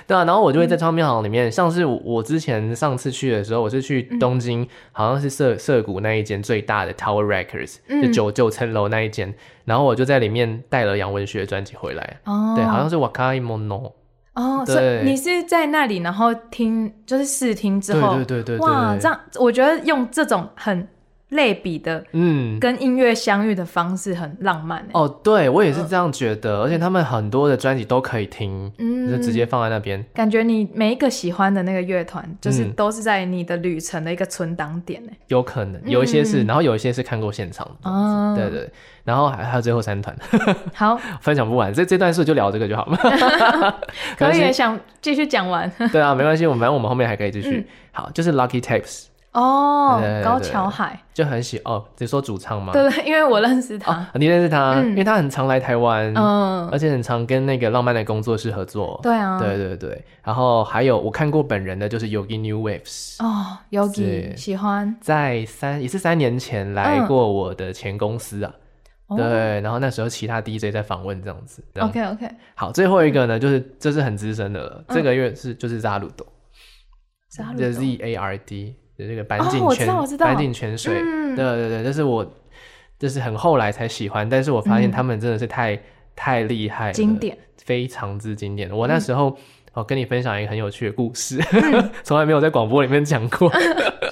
S1: 对啊，然后我
S2: 嗯
S1: 就会在唱片行里面，像是我之前上次去的时候，我是去
S2: 嗯
S1: 东京，好像是涩涩谷那一间最大的 Tower Records，、就
S2: 嗯
S1: 九九层楼那一间，然后我就在里面带了杨文学的专辑回来，
S2: 哦，
S1: 对，好像是 Wakai Mono，
S2: 哦，
S1: 对
S2: 所以你是在那里，然后听就是试听之
S1: 对
S2: 后，
S1: 对对对对，
S2: 哇，这样我觉得用这种很类比的
S1: 嗯，
S2: 跟音乐相遇的方式很浪漫、欸。
S1: 哦，对我也是这样觉得，而且他们很多的专辑都可以听，
S2: 嗯
S1: 就直接放在那边。
S2: 感觉你每一个喜欢的那个乐团，就是
S1: 嗯
S2: 都是在你的旅程的一个存档点呢、欸。
S1: 有可能有一些是，
S2: 嗯
S1: 然后有一些是看过现场的，
S2: 哦
S1: 对对，对然后还还有最后三团 [laughs]
S2: 好，
S1: 分享不完，这这段是就聊这个就好了。 [laughs]
S2: 可以
S1: 没
S2: 也
S1: 关
S2: 想继续讲
S1: [laughs]
S2: 完
S1: 系对啊，没关系，我们反正我们后面还可以继续。
S2: 嗯
S1: 好，就是 Lucky Tapes
S2: 哦
S1: 对对对。对
S2: 高桥海，
S1: 就很喜哦，你说主唱吗？
S2: 对对，因为我认识他，
S1: 啊，你认识他，
S2: 嗯
S1: 因为他很常来台湾，
S2: 嗯，
S1: 而且很常跟那个浪漫的工作室合作。
S2: 对啊，
S1: 哦对对对，然后还有我看过本人的就是 Yogi New Waves，
S2: 哦
S1: 是
S2: ，Yogi 喜欢，
S1: 在三也是三年前来过我的前公司啊，
S2: 嗯哦
S1: 对，然后那时候其他 DJ 在访问这样子。这样
S2: ，OK OK，
S1: 好，最后一个呢，就是这是很资深的了，
S2: 嗯
S1: 这个月是就是扎鲁斗，
S2: 扎
S1: 就是
S2: 鲁
S1: Z
S2: 多，
S1: A R D 的这个板
S2: 哦
S1: 井
S2: 我知
S1: 泉
S2: 道我知，道
S1: 板井泉水，对
S2: 嗯
S1: 对对，这是我就是很后来才喜欢，但是我发现
S2: 嗯
S1: 他们真的是太太厉害了，
S2: 经典，嗯
S1: 非常之经典。我那时候。哦，跟你分享一个很有趣的故事， [laughs] 从来没有在广播里面讲过。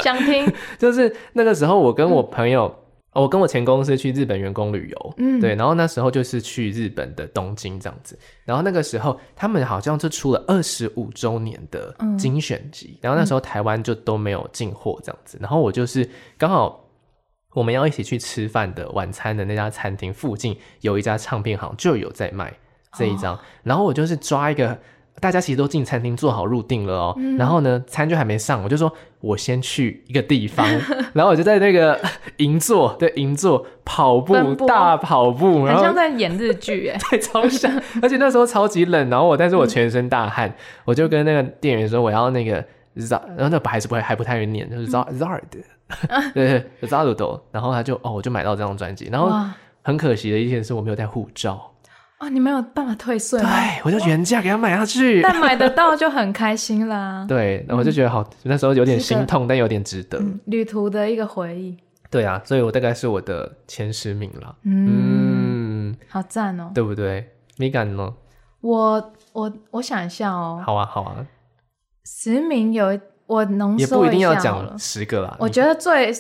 S2: 想
S1: [laughs]
S2: 听，
S1: 就是那个时候，我
S2: 嗯
S1: 跟我朋友，哦我跟我前公司去日本员工旅游，
S2: 嗯，
S1: 对，，然后那时候就是去日本的东京这样子，然后那个时候他们好像就出了二十五周年的
S2: 嗯
S1: 精选集，然后那时候台湾就都没有进货这样子，然后我就是刚好。我们要一起去吃饭的晚餐的那家餐厅附近有一家唱片行，就有在卖这一
S2: 哦
S1: 张。然后我就是抓一个，大家其实都进餐厅做好入定了哦。
S2: 嗯
S1: 然后呢，餐就还没上，我就说我先去一个地方， [laughs] 然后我就在那个银座，对银座跑步
S2: 奔波
S1: 大跑步，然
S2: 很
S1: 后
S2: 像在演日剧
S1: [laughs]
S2: 哎，
S1: 对，超像。而且那时候超级冷，然后我但是
S2: 嗯
S1: 我全身大汗，我就跟那个店员说我要那个 zard，然后那还是不会还不太会念，就
S2: 嗯
S1: 是 zard zard，对对 zard 豆，然后他就哦我就买到这张专辑，然后
S2: 哇，
S1: 很可惜的一件事我没有带护照，
S2: 哦，你没有办法退税
S1: 对
S2: 吗？
S1: 我就原价给他买下去。
S2: 但买得到就很开心
S1: [laughs]
S2: 啦，
S1: 对，然后我就觉得好，那时候有点
S2: 值得
S1: 心痛，但有点值得。
S2: 嗯，旅途的一个回忆，
S1: 对啊，所以我大概是我的前十名了。
S2: 嗯，
S1: 嗯，
S2: 好赞哦，
S1: 对不对？你敢呢？
S2: 我我我想一下哦，
S1: 好啊，好啊，
S2: 实名有一我浓
S1: 也
S2: 缩
S1: 不一定要
S2: 下好了
S1: 讲嗯十个啦。
S2: 我
S1: 你
S2: 觉得最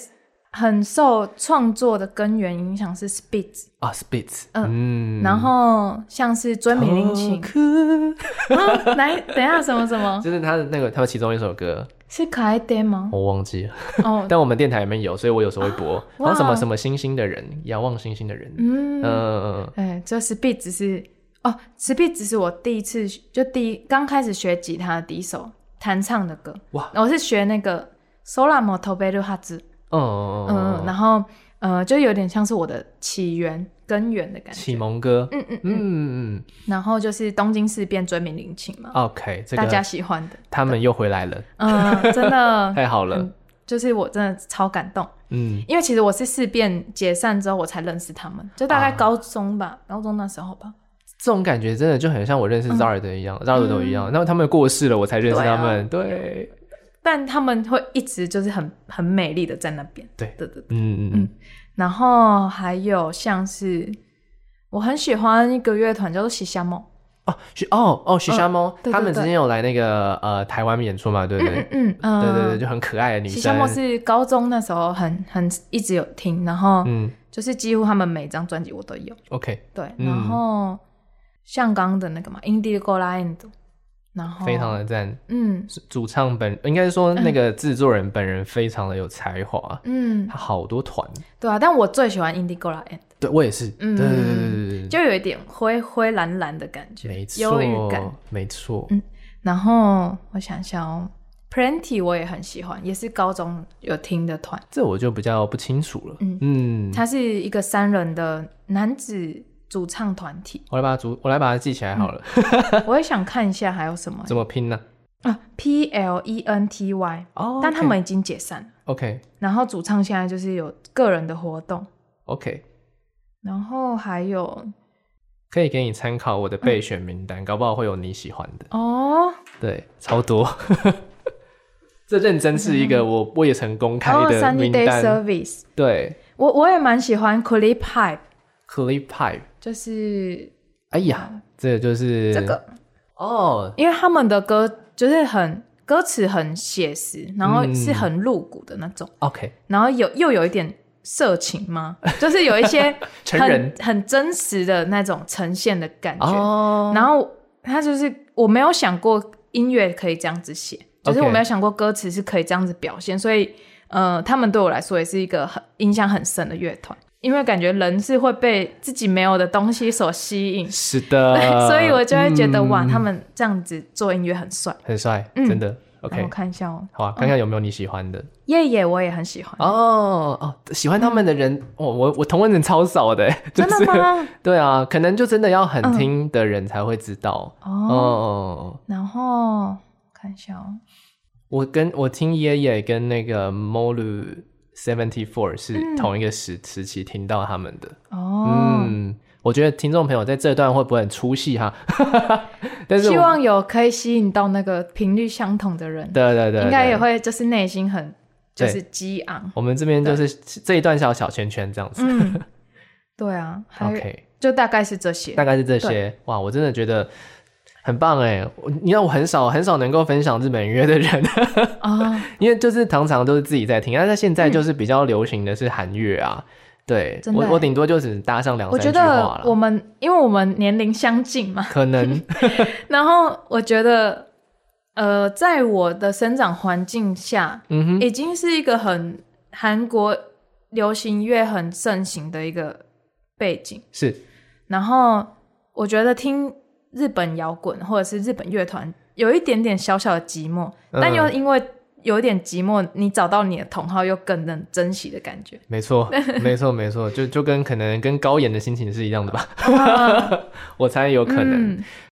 S2: 很受创作的根源影响是 Spitz，、
S1: 啊，Spitz，嗯哦
S2: 嗯然后像是追名林檎，啊来等一下什么什么
S1: [laughs] 就是他的那个他们其中一首歌，
S2: 是可爱爹吗？
S1: 我忘记了，
S2: 哦，
S1: 但我们电台里面有，所以我有时候会播，然后什么
S2: 哇
S1: 什么星星的人，仰望星星的人，
S2: 嗯，哎、
S1: 嗯，
S2: 这 Spitz 是哦，Spitz 是我第一次就第一刚开始学吉他的第一首弹唱的歌，
S1: 哇，
S2: 我是学那个 Sola Motoberu h a z
S1: 嗯
S2: 嗯，然后呃就有点像是我的起源根源的感觉，
S1: 启蒙歌，
S2: 嗯嗯嗯。
S1: 嗯嗯
S2: 然后就是东京事变追名林檎嘛，
S1: ，OK，这哦
S2: 大家
S1: 个
S2: 喜欢的，
S1: 他们又回来了，
S2: 嗯，真的，
S1: 太好了
S2: 嗯，就是我真的超感动，
S1: 嗯，
S2: 因为其实我是事变解散之后我才认识他们，就大概
S1: 啊
S2: 高中吧，高中那时候吧，
S1: 这种感觉真的就很像我认识 Zard 一
S2: 嗯
S1: 样，Zard 都一样，那他们过世了，我才认识
S2: 啊对啊
S1: 他们，对，
S2: 但他们会一直就是很很美丽的在那边，
S1: 对
S2: 对对对，
S1: 嗯嗯嗯，
S2: 然后还有像是我很喜欢一个乐团叫做喜夏梦，
S1: 哦，许哦哦，许山猫，
S2: 嗯对对
S1: 他们之
S2: 对
S1: 前有来那个呃台湾演出嘛，对不对？
S2: 嗯嗯，
S1: 对对对，
S2: 对。
S1: 就很可爱的女
S2: 喜
S1: 生
S2: 夏。梦是高中那时候很很一直有听，然后
S1: 嗯
S2: 就是几乎他们每张专辑我都有。
S1: ，OK，
S2: 对，
S1: 嗯
S2: 然后像刚刚的那个嘛，Indigo Land，然后
S1: 非常的赞。
S2: 嗯
S1: 主唱本应该说那个制作人本人非常的有才华，
S2: 嗯，
S1: 他好多团。
S2: 对啊，但我最喜欢 Indigo Land，
S1: 对我也是，对
S2: 嗯
S1: 对对对对对
S2: 就有一点灰灰蓝蓝的感
S1: 对，
S2: 觉
S1: 没，
S2: 忧郁感
S1: 错。，没错。
S2: 嗯然后我想想哦，Plenty 我也很喜欢，也是高中有听的团，
S1: 这我就比较不清楚了。
S2: 嗯
S1: 嗯，
S2: 它是一个三人的男子主唱团
S1: [laughs]，
S2: 体
S1: 我来把它主，我来把它记起来好了。
S2: 嗯我也想看一下还有什么
S1: 怎么拼呢？
S2: 啊，P L E N T Y，
S1: 哦，
S2: 但他们已经解散了，
S1: OK
S2: 然后主唱现在就是有个人的活动。
S1: OK，
S2: 然后还有
S1: 可以给你参考我的备选名单，搞不好会有你喜欢的。
S2: 哦，
S1: 对，超多。 [laughs] 这认真是一个我我也曾公开
S2: 还有
S1: 的
S2: 嗯哦 Sunny
S1: 名
S2: Day
S1: 单。
S2: Service，
S1: 对
S2: 我我也蛮喜欢 Clip Hype，
S1: ，Clip Pipe。
S2: 就是
S1: 哎呀，这就是
S2: 嗯这个，
S1: 哦，
S2: 因为他们的歌就是很歌词很写实，然后是很露骨的那种，
S1: OK，
S2: 然后有又有一点色
S1: [laughs]
S2: 情吗？就是有一些
S1: 成
S2: 很
S1: 人
S2: 很真实的那种呈现的感觉。
S1: 哦，
S2: 然后他就是我没有想过音乐可以这样子写，就是
S1: OK
S2: 我没有想过歌词是可以这样子表现，所以呃，他们对我来说也是一个很印象很深的乐团，因为感觉人是会被自己没有的东西所吸引，
S1: 是
S2: 对，
S1: [laughs] 的，
S2: [laughs] 所以我就会觉得、
S1: 嗯
S2: 哇，他们这样子做音乐很帅。
S1: 很帅，
S2: 嗯
S1: 真的。
S2: 让
S1: OK，
S2: 我看一下哦，
S1: 好啊，看看有没有你喜欢的。
S2: 夜夜我也很
S1: [laughs]
S2: 喜欢，
S1: 哦哦，喜欢他们的人，我我我同温层超少的，
S2: 嗯
S1: [laughs]
S2: 真的？吗？嗯
S1: 对啊，可能就真的要很听的人才会知道。哦
S2: 哦，
S1: 哦，
S2: 然后看一下哦，
S1: 我跟我听爷爷跟那个 Molu Seventy Four
S2: 嗯
S1: 是同一个时时期听到他们的。
S2: 哦，
S1: 嗯，我觉得听众朋友在这段会不会很出戏哈？ [laughs] 但是我
S2: 希望有可以吸引到那个频率相同的人。
S1: 对对对，
S2: 应该
S1: 对
S2: 也。会就是内心很就
S1: 对
S2: 是激昂。
S1: 我们这边就是这一段小小圈圈这样子。 [laughs]
S2: 嗯，对啊，还
S1: OK，
S2: 就大概是这些
S1: 大。概是这些。哇，我真的觉得很棒哎！我你知道我很少很少能够分享日本音乐的人， [laughs]
S2: 啊，
S1: 因为就是常常都是自己在听，但是现在就是比较流行的是韩乐啊。对
S2: 真的
S1: 我
S2: 欸
S1: 我顶多就只搭上两
S2: 我
S1: 三
S2: 觉
S1: 句话
S2: 得我
S1: 了，
S2: 们因为我们年龄相近嘛，
S1: 可
S2: [laughs]
S1: 能
S2: 然后我觉得呃，在我的生长环境下，
S1: 嗯哼
S2: 已经是一个很韩国流行乐很盛行的一个背景。
S1: 是
S2: 然后我觉得听日本摇滚或者是日本乐团有一点点小小的寂寞，
S1: 嗯
S2: 但又因为有一点寂寞，你找到你的同好又更能珍惜的感觉。
S1: 没错没错没 [laughs] 错，就就跟可能跟高演的心情是一样的吧，我猜有可能。
S2: 嗯